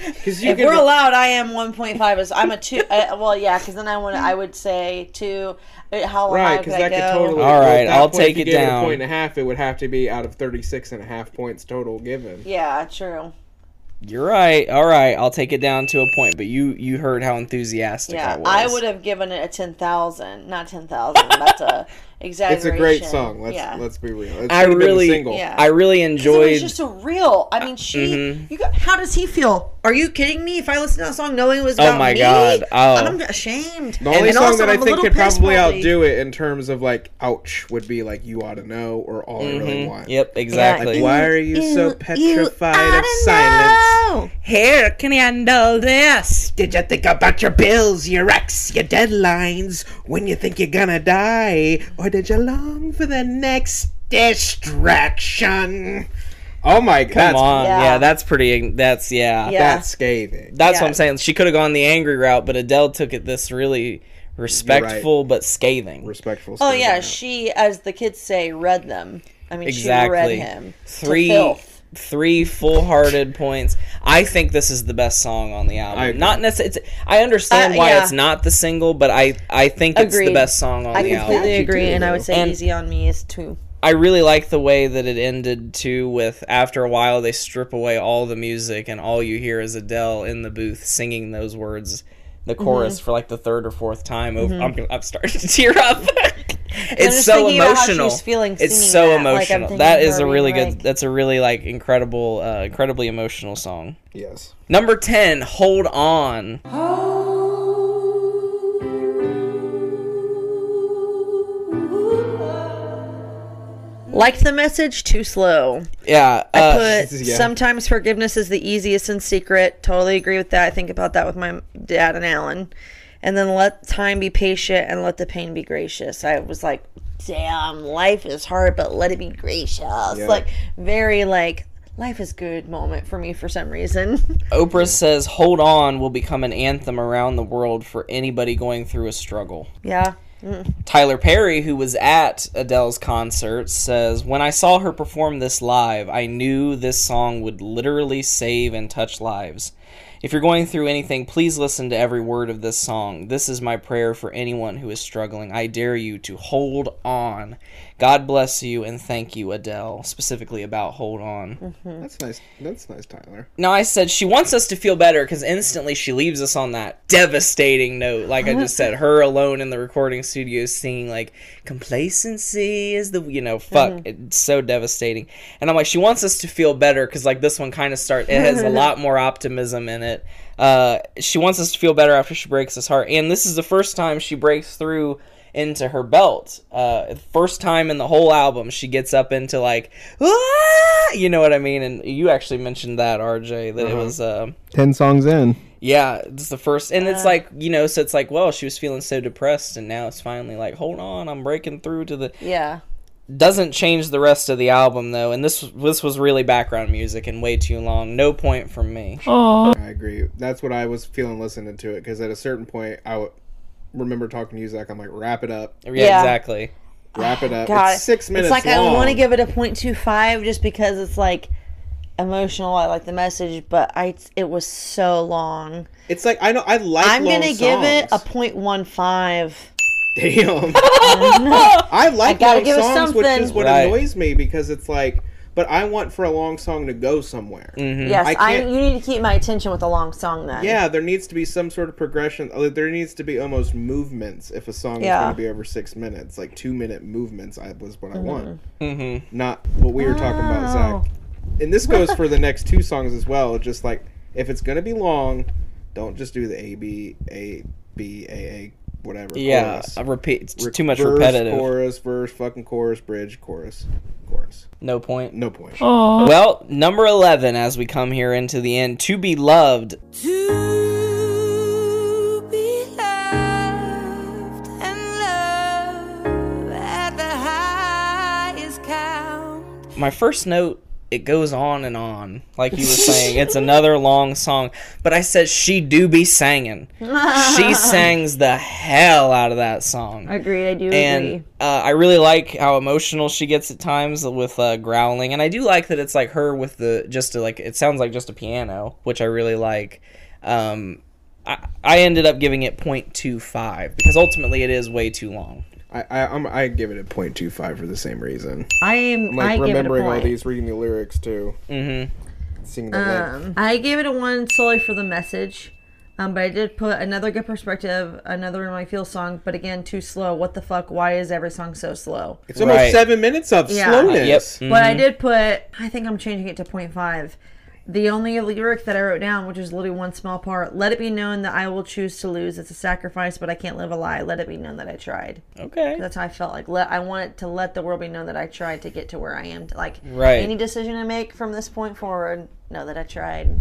S9: Because you
S3: If
S9: can.
S3: we're allowed, I am 1.5. As I'm a two.
S9: <laughs>
S3: Uh, well, yeah, because then I want. I would say two. uh, How
S9: Right,
S3: high could
S9: because
S3: I
S9: that
S3: go?
S9: could totally.
S1: All
S9: at
S1: right,
S9: that
S1: I'll
S9: point, if
S1: take
S9: you
S1: it
S9: gave
S1: down.
S9: A point and a half. It would have to be out of 36 and a half points total given.
S3: Yeah, true.
S1: You're right. All right, I'll take it down to a point. But you you heard how enthusiastic I
S3: Yeah,
S1: was.
S3: I would have given it a 10,000, not 10,000. That's a
S9: <laughs> It's
S3: exaggeration.
S9: a great song. Let's
S3: yeah.
S9: let's be real. It
S1: I
S9: should have been a
S1: really-
S9: single.
S3: Yeah.
S1: I really
S3: So it's
S1: enjoyed.
S3: just a real. I mean, she.
S9: Mm-hmm.
S3: You got, how does he feel? Are you kidding me? If I listen to that song knowing it was
S1: Oh
S3: about
S1: my
S3: me,
S1: God, oh.
S3: I'm ashamed.
S9: The only
S3: And
S9: song
S3: also,
S9: that I
S3: I'm a
S9: think
S3: little
S9: could
S3: pissed
S9: probably
S3: probably.
S9: outdo it in terms of like ouch would be like you ought to know or all I really want.
S1: Mm-hmm. Yep, exactly.
S9: Like why are you so petrified of silence?
S3: Oh,
S1: Here, can I know this?
S9: Did you think about your bills, your ex, your deadlines, when you think you're gonna die, or did you long for the next distraction? Oh my god,
S1: Come on, yeah.
S3: yeah.
S1: that's pretty. That's yeah.
S3: Yeah.
S9: that's scathing.
S1: That's
S3: Yeah.
S1: what I'm saying. She could have gone the angry route, but Adele took it this really respectful but scathing.
S9: Respectful.
S3: Oh
S9: scathing.
S3: yeah, she, as the kids say, read them. I mean, she read
S1: Exactly.
S3: him. to
S1: three
S3: filth.
S1: three full-hearted points. I think this is the best song on the
S9: I
S1: album.
S9: agree.
S1: Not necessarily. I understand
S3: Uh,
S1: why
S3: yeah.
S1: it's not the single, but I I think it's the
S3: Agreed.
S1: best song on
S3: I
S1: the album.
S3: completely
S9: Yeah, she
S3: agree,
S9: did,
S3: and I would say
S1: And-
S3: easy on me is two.
S1: I really like the way that it ended too. With after a while, they strip away all the music, and all you hear is Adele in the booth singing those
S3: Mm-hmm.
S1: <laughs> words, the chorus for like the third or fourth time. Over, I'm, I'm starting to tear up. it's
S3: just
S1: so
S3: thinking about how she was
S1: emotional.
S3: feeling
S1: it's
S3: singing
S1: so
S3: that, like, I'm
S1: emotional.
S3: thinking
S1: that
S3: of
S1: is
S3: her
S1: a really
S3: being
S1: good.
S3: like-
S1: That's a really like incredible, uh, incredibly emotional song.
S9: Yes.
S1: Number ten, hold on.
S3: Liked the message, too slow.
S1: Yeah, uh,
S3: I put
S9: yeah.
S3: sometimes forgiveness is the easiest in secret. Totally agree with that. I think about that with my dad and Alan. And then let time be patient and let the pain be gracious. I was like, damn, life is hard, but let it be gracious. Like, very like, life is good moment for me for some reason. <laughs>
S1: Oprah says "Hold On" will become an anthem around the world for anybody going through a struggle.
S3: yeah.
S1: Tyler Perry, who was at Adele's concert, says, When I saw her perform this live, I knew this song would literally save and touch lives. If you're going through anything, please listen to every word of this song. This is my prayer for anyone who is struggling. I dare you to hold on. God bless you and thank you, Adele, specifically about Hold On.
S3: Hmm.
S9: That's nice. That's nice, Tyler.
S1: Now I said she wants us to feel better because instantly she leaves us on that devastating note. Like I just said, her alone in the recording studio singing like complacency is the you know fuck it's so devastating. And I'm like she wants us to feel better because like this one kind of start it has a lot more optimism in it. Uh, she wants us to feel better after she breaks his heart, and this is the first time she breaks through into her belt. Uh, first time in the whole album, she gets up into like, "Ah!" you know what I mean? And you actually mentioned that, RJ, that it was, uh,
S10: Ten songs in.
S1: yeah, it's the first. And it's like, you know, so it's like, well, she was feeling so depressed, and now it's finally like, hold on, I'm breaking through to the.
S3: Yeah.
S1: Doesn't change the rest of the album, though. And this, this was really background music and way too long. No point from me.
S9: I agree. That's what I was feeling listening to it because at a certain point, I would remember talking to you, Zach. I'm like, wrap it up,
S1: Yeah,
S3: Yeah.
S1: exactly.
S9: wrap it up.
S3: Oh God,
S9: it's six minutes.
S3: It's like
S9: long.
S3: I want to give it a 0.25 just because it's like emotional. I like the message, but I it was so long.
S9: It's like I know I like.
S3: I'm
S9: long
S3: gonna give it a
S9: songs.
S3: 0.15.
S9: <laughs>
S1: <laughs>
S9: Damn. I
S3: <laughs>
S9: like
S3: I gotta
S9: long
S3: give it
S9: songs, which is
S3: something.
S9: what
S1: Right.
S9: annoys me because it's like, but I want for a long song to go somewhere.
S1: Mm. Mm-hmm.
S3: Yes,
S9: I
S3: I,
S9: can't-
S3: you need to keep my attention with a long song then.
S9: Yeah, there needs to be some sort of progression. Like, There needs to be almost movements if a song
S3: Yeah.
S9: is going to be over six minutes. Like two minute movements I, was what I want. Mm-hmm. Not what we were talking about, Zach. And this
S3: <laughs>
S9: goes for the next two songs as well. Just like if it's going to be long, don't just do the A B A B A A whatever.
S1: Yeah,
S9: chorus.
S1: I repeat. It's
S9: Re-
S1: too much
S9: verse,
S1: repetitive.
S9: Chorus, verse, fucking chorus, bridge, chorus, chorus.
S1: No point.
S9: No point.
S8: Uh-huh.
S1: Well, number 11 as we come here into the end. To be loved.
S8: To be loved and love at the highest count.
S1: My first note, it goes on and on. Like you were saying, it's
S8: <laughs>
S1: another long song. But I said, she do be singing.
S8: <laughs>
S1: she sangs the hell out of that song.
S3: Agreed, I do
S1: and uh, I really like how emotional she gets at times with uh, growling, and I do like that it's like her with the just a, like it sounds like just a piano, which I really like. Um, I, I ended up giving it 0.25 because ultimately it is way too long.
S9: I I, I'm, I give it a point two five for the same reason.
S3: I am
S9: like
S3: I give it a
S9: remembering all
S3: point.
S9: these, reading the lyrics too, mm-hmm. seeing the length.
S3: Um, I gave it a one solely for the message. Um, but I did put another good perspective, another in my feel song, but again, too slow. What the fuck? Why is every song so slow?
S9: It's almost
S1: Right.
S9: seven minutes of
S3: Yeah.
S9: slowness.
S1: Yep. Mm,
S3: But I did put, I think I'm changing it to 0.5. The only lyric that I wrote down, which is literally one small part, let it be known that I will choose to lose. It's a sacrifice, but I can't live a lie. Let it be known that I tried.
S1: Okay.
S3: That's how I felt. Like let I wanted to let the world be known that I tried to get to where I am. Like
S1: Right.
S3: any decision I make from this point forward, know that I tried.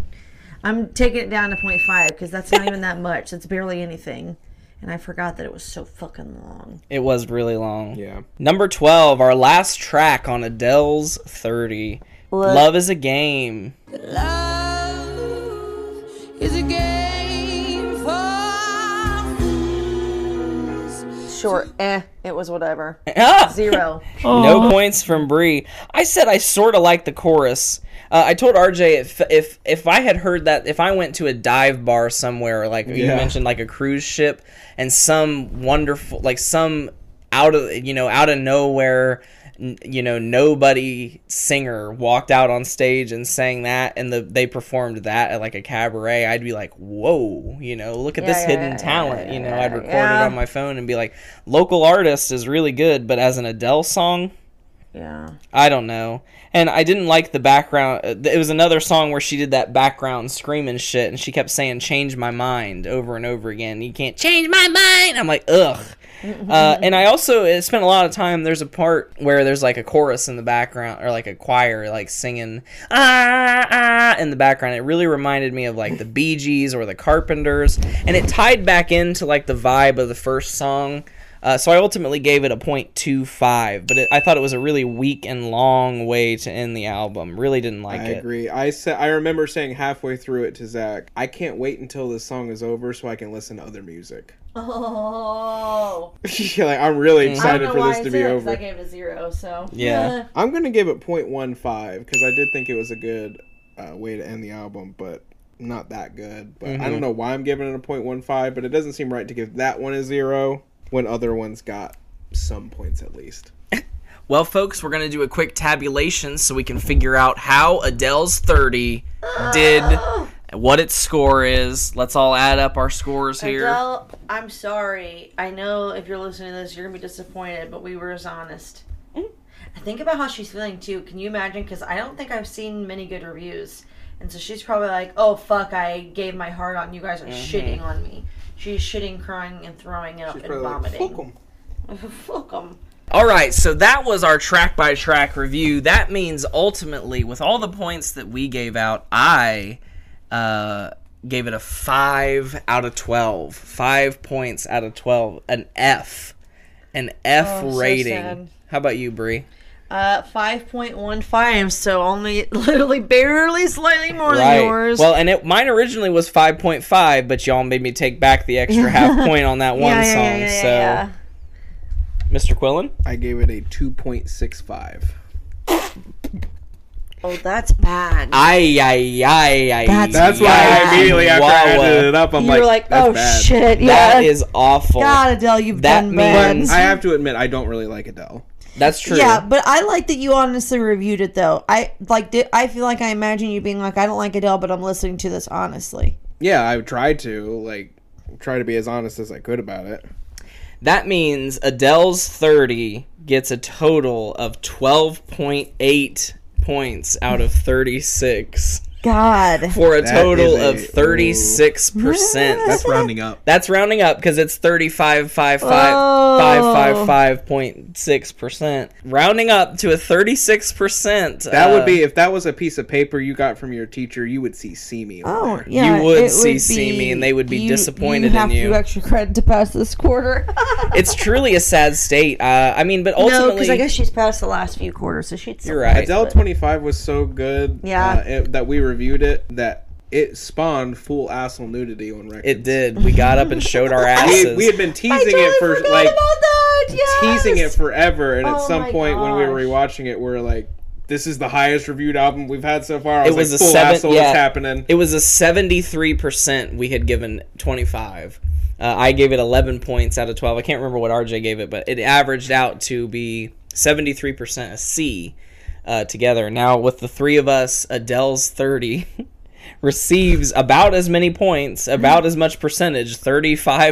S3: I'm taking it down to 0.5 because that's not even that much. It's barely anything. And I forgot that it was so fucking long.
S1: It was really long.
S9: Yeah.
S1: Number 12, our last track on Adele's 30. Love is a game. <laughs>
S8: Love is a game for fools.
S3: Short. Eh. It was whatever.
S1: Ah!
S3: <laughs> Zero.
S1: No points from Bree. I said I sort of like the chorus. Uh, I told RJ if if if I had heard that if I went to a dive bar somewhere like you
S9: Yeah.
S1: mentioned like a cruise ship and some wonderful like some out of you know out of nowhere n- you know nobody singer walked out on stage and sang that and the they performed that at like a cabaret i'd be like whoa you know look at
S3: Yeah,
S1: this
S3: yeah,
S1: hidden
S3: yeah,
S1: talent
S3: yeah,
S1: you know
S3: yeah,
S1: i'd record
S3: yeah.
S1: it on my phone and be like local artist is really good but as an adele song
S3: Yeah.
S1: I don't know. And I didn't like the background. uh, th- It was another song where she did that background screaming shit, and she kept saying "change my mind" over and over again. You can't change my mind. I'm like, ugh. uh, and I also uh, spent a lot of time. There's a part where there's like a chorus in the background, or like a choir, like singing ah ah in the background. It really reminded me of like the Bee Gees or the Carpenters, and it tied back into like the vibe of the first song. Uh, so I ultimately gave it a 0.25, but it, I thought it was a really weak and long way to end the album. Really didn't like
S9: I
S1: it.
S9: agree. I said I remember saying halfway through it to Zach, I can't wait until this song is over so I can listen to other music. <laughs>
S3: Oh.
S9: like I'm really
S1: Mm-hmm.
S9: excited for this to be over.
S3: gave it a zero. So <laughs>
S1: Yeah.
S9: I'm gonna give it 0.15 because I did think it was a good uh, way to end the album, but not that good. But I don't know why I'm giving it a 0.15, but it doesn't seem right to give that one a zero when other ones got some points at least.
S1: Well, folks, we're going to do a quick tabulation so we can figure out how Adele's 30 did, what its score is. Let's all add up our scores here.
S3: Adele, I'm sorry. I know if you're listening to this, you're gonna be disappointed, but we were as honest.
S1: Mm.
S3: Think about how she's feeling too. Can you imagine? Because I don't think I've seen many good reviews, and so she's probably like, "Oh fuck, I gave my heart on. You guys are
S1: Mm-hmm.
S3: shitting on me." She's shitting, crying, and throwing up and vomiting. <laughs> Fuck 'em.
S1: All right, so that was our track by track review. That means ultimately, with all the points that we gave out, I uh, gave it a 5 out of 12. 5 points out of 12. An F. An F
S3: Oh, so
S1: rating.
S3: sad.
S1: How about you, Brie?
S3: Uh, five point one five. So only <laughs> literally barely slightly more than yours.
S1: Well, and it mine originally was 5.5, but y'all made me take back the extra
S3: <laughs>
S1: half point on that one
S3: yeah, yeah,
S1: song.
S3: yeah, yeah,
S1: so,
S3: yeah.
S1: Mr. Quillen?
S9: I gave it a 2.65.
S3: Oh, that's bad.
S1: Ay, ay, ay, ay.
S3: That's
S9: That's why
S3: Yeah.
S9: I immediately after I edited it up, I'm
S3: you
S9: like,
S3: were like,
S9: That's
S3: oh
S9: bad.
S3: shit, yeah.
S1: That is awful.
S3: God, Adele, you've
S1: That
S3: done
S1: means-
S3: bad.
S9: I have to admit, I don't really like Adele.
S1: That's true.
S3: Yeah, but I like that you honestly reviewed it though. I like. Did, I feel like I imagine you being like, I don't like Adele, but I'm listening to this honestly.
S9: Yeah, I tried to like try to be as honest as I could about it.
S1: That means Adele's 30 gets a total of 12.8 points out of 36
S3: God,
S1: for a
S9: That
S1: total
S9: is a-
S1: of 36%. That's
S9: That's rounding up.
S1: that's rounding up because it's 35.555.6%. Rounding up to a 36%.
S9: That
S1: uh,
S9: would be if that was a piece of paper you got from your teacher, you would see see me. on
S3: oh
S9: there.
S3: yeah,
S1: uh, You would
S3: it
S1: see- see me and they would be disappointed in
S3: You have to
S1: you.
S3: do extra credit to pass this quarter.
S1: It's truly a sad state. Uh, I mean, but
S3: no,
S1: ultimately,
S3: because I guess she's passed the last few quarters, so she'd.
S1: you're right.
S9: Adele 25 was so good
S3: Yeah.
S9: uh, it- that we reviewed it that it spawned full asshole nudity on record.
S1: It did. We got up and showed our
S9: <laughs> We,
S1: asses.
S9: we had been teasing
S3: I totally
S9: it for
S3: forgot
S9: like
S3: about that. Yes!
S9: teasing it forever, and
S3: Oh
S9: at some
S3: my
S9: point when we were
S3: gosh.
S9: rewatching it, we were like, "This is the highest reviewed album we've had so far." I
S1: It was
S9: was like,
S1: a
S9: "Full
S1: seven-
S9: asshole
S1: yeah.
S9: is happening."
S1: It was a 73% we had given 25. Uh, I gave it 11 points out of 12. I can't remember what RJ gave it, but it averaged out to be 73% a C uh, together. Now, with the three of us, Adele's 30 <laughs> receives about as many points, about as much percentage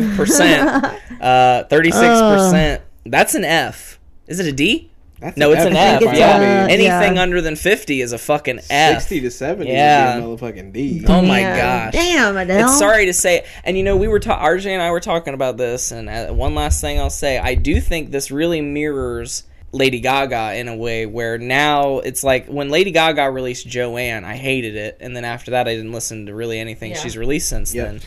S1: 35%, uh, 36%. That's an F. Is it a D?
S9: That's
S1: No, it's an F.
S9: by
S1: Yeah.
S9: all means.
S3: Any-
S1: Anything
S3: yeah.
S1: under than 50 is a fucking F.
S9: 60 to 70
S1: Yeah.
S9: would be a motherfucking D.
S1: Oh my
S3: Yeah.
S1: gosh.
S3: Damn, Adele.
S1: It's sorry to say, and you know we were ta- RJ and I were talking about this, and uh, one last thing I'll say, I do think this really mirrors Lady Gaga in a way where now it's like when Lady Gaga released Joanne, I hated it, and then after that I didn't listen to really anything she's released since
S9: Yep.
S1: then.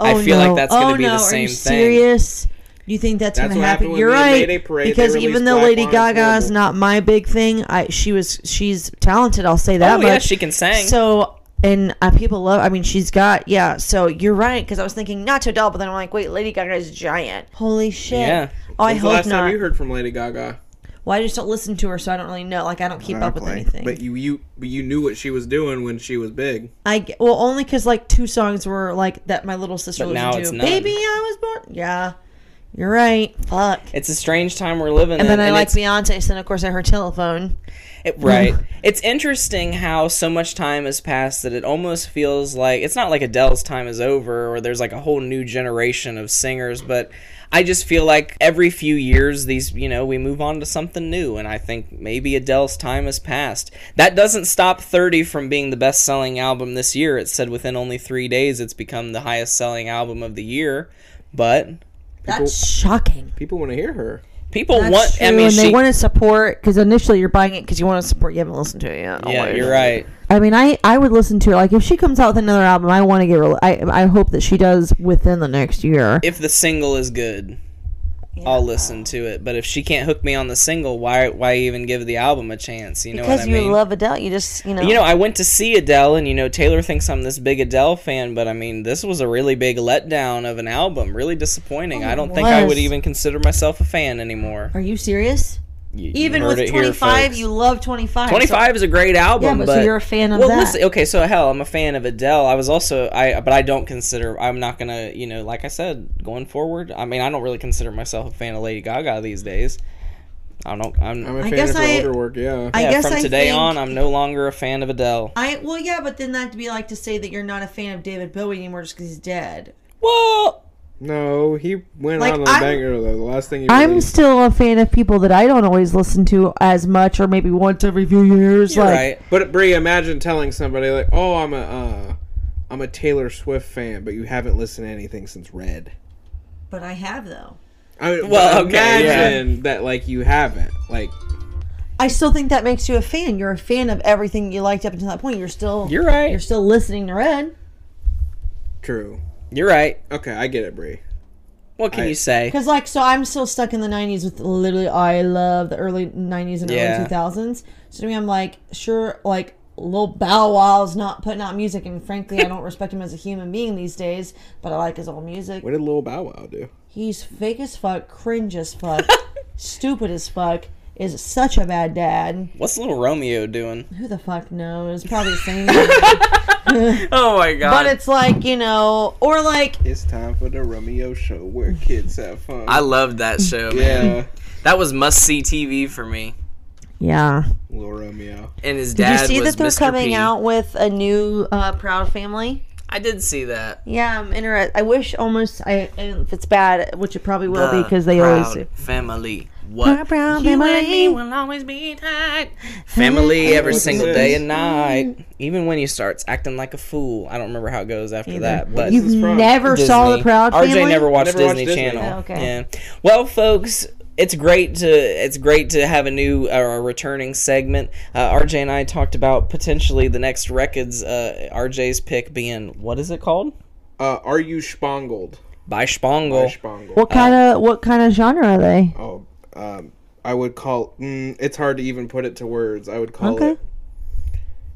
S3: Oh,
S1: I feel like that's going to be the same
S3: Are you
S1: thing.
S3: serious? You think that's,
S9: That's
S3: going to
S9: what
S3: happen?
S9: happened when
S3: You're
S9: we had
S3: right.
S9: Mayday Parade, they
S3: because
S9: released
S3: even though
S9: Black
S3: Lady
S9: Lawrence
S3: Gaga is
S9: Global.
S3: not my big thing, I she was she's talented. I'll say that
S1: Oh
S3: much.
S1: yeah, she can sing.
S3: So and uh, people love. I mean, she's got yeah. So you're right because I was thinking not to Adele, but then I'm like, wait, Lady Gaga is giant. Holy shit.
S1: Yeah.
S3: Oh, I
S9: When's the
S3: hope
S9: last
S3: not.
S9: time you heard from Lady Gaga?
S3: Well, I just don't listen to her, so I don't really know. Like, I don't keep up with anything.
S9: But you, you, but you knew what she was doing when she was big.
S3: I g- well only because like two songs were like that my little sister
S1: But
S3: listened
S1: now
S3: to.
S1: it's none.
S3: Baby, I was born. Yeah, You're right. Fuck.
S1: It's a strange time we're living
S3: And
S1: in.
S3: then I
S1: and
S3: like
S1: it's,
S3: Beyonce, so then of course I heard telephone.
S1: it- right. <laughs> it's interesting how so much time has passed that it almost feels like it's not like Adele's time is over or there's like a whole new generation of singers, but I just feel like every few years these, you know, we move on to something new and I think maybe Adele's time has passed. That doesn't stop 30 from being the best-selling album this year. It said within only 3 days it's become the highest-selling album of the year, but
S3: That's shocking.
S9: People want to hear her.
S1: people
S3: That's
S1: want
S3: true,
S1: I mean
S3: and they
S1: she,
S3: want to support because initially you're buying it because you want to support. You haven't listened to it yet.
S1: Yeah,
S3: always.
S1: you're right.
S3: I mean, I, I would listen to it. Like if she comes out with another album, I want to get. Rel- I I hope that she does within the next year.
S1: if the single is good, I'll listen to it. But if she can't hook me on the single, why why even give the album a chance? You know
S3: because
S1: what I
S3: you
S1: mean?
S3: love Adele, you just you know.
S1: you know, I went to see Adele, and you know Taylor thinks I'm this big Adele fan, but I mean this was a really big letdown of an album. Really disappointing. I don't think I
S3: Oh, was.
S1: would even consider myself a fan anymore.
S3: are you serious?
S1: You- you
S3: Even
S1: heard
S3: with
S1: it here,
S3: 25,
S1: folks.
S3: you love 25. so-
S1: 25 is a great album,
S3: Yeah, but so you're a fan of
S1: well,
S3: that.
S1: listen, okay, so hell, I'm a fan of Adele. I was also I, but I don't consider. I'm not gonna, you know, like I said, going forward. I mean, I don't really consider myself a fan of Lady Gaga these days. I don't. I'm.
S9: I'm a
S3: I
S9: fan
S3: guess
S9: of her
S3: I-
S9: older work. Yeah.
S3: I
S1: yeah,
S3: guess
S1: from
S3: I
S1: today
S3: think-
S1: on, I'm no longer a fan of Adele.
S3: I well, yeah, but then that'd be like to say that you're not a fan of David Bowie anymore just because he's dead.
S1: Well,
S9: no, he went
S3: Like,
S9: out on a
S3: I'm-
S9: banger though. The last thing he
S3: I'm
S9: released.
S3: still a fan of people that I don't always listen to as much, or maybe once every few years.
S1: you're
S3: like,
S1: right.
S9: But Brie, imagine telling somebody like, "Oh, I'm a, uh, I'm a Taylor Swift fan, but you haven't listened to anything since Red."
S3: but I have though.
S9: I mean,
S1: Well,
S9: well,
S1: okay, yeah.
S9: imagine that like you haven't like
S3: I still think that makes you a fan. You're a fan of everything you liked up until that point. You're still
S1: You're right.
S3: You're still listening to Red.
S9: true.
S1: You're right.
S9: Okay, I get it, Brie.
S1: What can
S9: I-
S1: you say?
S3: Because like, so I'm still stuck in the '90s with literally I love the early '90s and
S1: Yeah.
S3: early 2000s. So to me, I'm like, sure, like Lil Bow Wow's not putting out music, and frankly,
S1: <laughs>
S3: I don't respect him as a human being these days. But I like his old music.
S9: What did Lil Bow Wow do?
S3: He's fake as fuck, cringe
S1: <laughs>
S3: as fuck, stupid as fuck. Is such a bad dad.
S1: What's little Romeo doing?
S3: <laughs> Who the fuck knows? Probably the same.
S1: <laughs> Oh my god!
S3: but it's like you know, or like
S9: It's time for the Romeo show where kids have fun.
S1: I loved that show. man.
S9: yeah,
S1: That was must see TV for me.
S3: yeah.
S9: Lil Romeo.
S1: And his
S3: Did you
S1: dad
S3: see
S1: was
S3: that they're
S1: Mr.
S3: coming
S1: P.
S3: out with a new uh, Proud Family?
S1: I did see that.
S3: Yeah, I'm interested. I wish almost I if it's bad, which it probably will be
S1: Uh,
S3: because they
S1: proud
S3: always do.
S1: family. What?
S3: Proud
S1: You
S3: family.
S1: and me will always be tight. Family every single day and
S3: Mm-hmm.
S1: night. Even when he starts acting like a fool. I don't remember how it goes after that. But
S3: You never saw the
S1: Disney.
S3: Proud
S1: RJ
S3: Family.
S1: never watched
S9: Never watched
S1: Disney
S9: Disney.
S1: Channel.
S3: Oh, okay.
S1: Yeah. Well, folks, it's great to it's great to have a new or a returning segment. Uh, RJ and I talked about potentially the next records. Uh, RJ's pick being what is it called?
S9: Uh, are you spangled?
S1: By Spongle.
S9: Spangled.
S3: What kind of what kind of genre are they?
S9: Oh, um, I would call. Mm, it's hard to even put it to words. I would call
S3: Okay.
S9: it.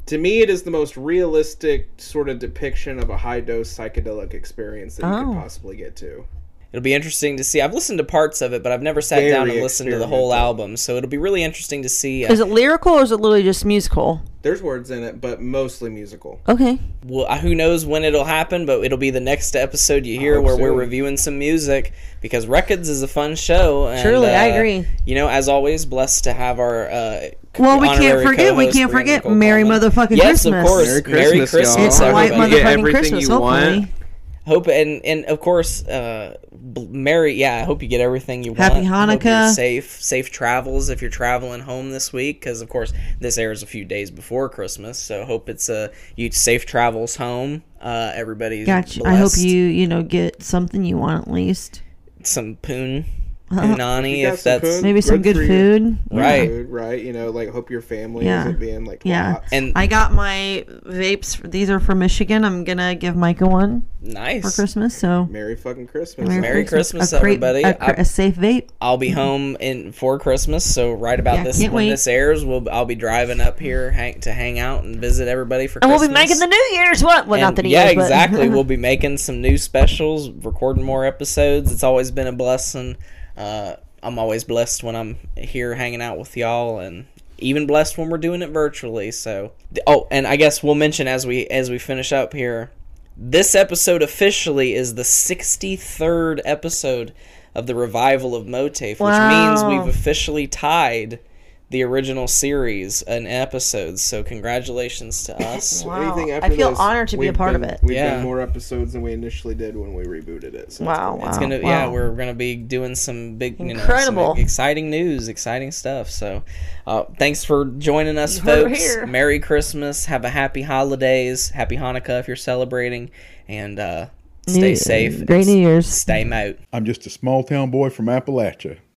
S9: To me, it is the most realistic sort of depiction of a high dose psychedelic experience that you
S3: Oh.
S9: could possibly get to.
S1: It'll be interesting to see. I've listened to parts of it, but I've never sat
S9: Very
S1: down and listened to the whole
S9: experimental.
S1: album. So it'll be really interesting to see. Uh,
S3: Is it lyrical or is it literally just musical?
S9: There's words in it, but mostly musical.
S3: Okay.
S1: well, uh, who knows when it'll happen, but it'll be the next episode you hear
S9: hope
S1: where we're
S9: so.
S1: reviewing some music because Records is a fun show. And,
S3: Truly, I
S1: uh,
S3: agree.
S1: You know, as always, blessed to have our. Uh, co-
S3: Well, we can't
S1: honorary
S3: forget- we
S1: co-host,
S3: can't
S1: Brianna
S3: forget
S1: Nicole
S3: Merry
S1: Coleman.
S3: motherfucking
S1: yes,
S3: Christmas.
S1: of course.
S9: Merry
S1: Merry
S9: Christmas, y'all.
S1: Christmas,
S3: It's a white
S1: everybody.
S9: mother- You get
S3: motherfucking
S9: everything
S3: Christmas.
S9: you
S3: Hopefully,
S9: want.
S1: Hope and and of course, uh, bl- Merry. Yeah, I hope you get everything you
S3: Happy
S1: want. Hope you're
S3: Hanukkah.
S1: Safe, safe travels if you're traveling home this week, because of course this airs a few days before Christmas. So hope it's a you safe travels home. Uh, everybody.
S3: gotcha. I hope you you know get something you want at least.
S1: some poon,
S3: Uh-huh.
S1: poonani
S9: You got
S1: if
S9: some
S1: that's
S9: food?
S3: Maybe some good
S9: for you.
S3: food.
S1: right.
S9: Food, right? You know, like hope your family
S3: Yeah.
S9: isn't being like
S3: Yeah.
S9: lots.
S1: And
S3: I got my vapes. These are from Michigan. I'm gonna give Micah one for
S1: nice.
S3: Christmas. So
S9: Merry fucking Christmas.
S1: Merry Christmas,
S3: a crepe-
S1: everybody.
S3: A, cr-
S1: I-
S3: a safe vape.
S1: I'll be home in for Christmas, so right about
S3: Mm-hmm. Yeah,
S1: this when
S3: can't wait.
S1: this airs, we'll I'll be driving up here hang, to hang out and visit everybody for
S3: And
S1: Christmas.
S3: we'll be making the New Year's one. Well, not
S1: And-
S3: the New
S1: yeah,
S3: Year's, but-
S1: exactly. we'll be making some new specials, recording more episodes. It's always been a blessing. Uh, I'm always blessed when I'm here hanging out with y'all, and even blessed when we're doing it virtually. So, oh, and I guess we'll mention as we as we finish up here, this episode officially is the 63rd episode of the revival of Motif, which means
S3: Wow.
S1: we've officially tied the original series and episodes. So congratulations to
S3: <laughs>
S1: us.
S3: Wow. I feel honored to be a
S9: we've
S3: part of
S9: been-
S3: it.
S9: We've
S1: Yeah.
S9: done more episodes than we initially did when we rebooted it.
S3: <laughs>
S9: So
S3: Wow, wow.
S1: It's gonna,
S3: wow.
S1: yeah, we're gonna be doing some big, you know, some
S3: Incredible.
S1: exciting news, exciting stuff. So, uh, thanks for joining us,
S3: heard it
S1: folks.
S3: here.
S1: Merry Christmas, have a happy holidays, happy Hanukkah if you're celebrating, and uh, stay
S3: New-
S1: safe.
S3: Great
S1: and
S3: New Year's.
S1: Stay moat.
S10: I'm just a small town boy from Appalachia.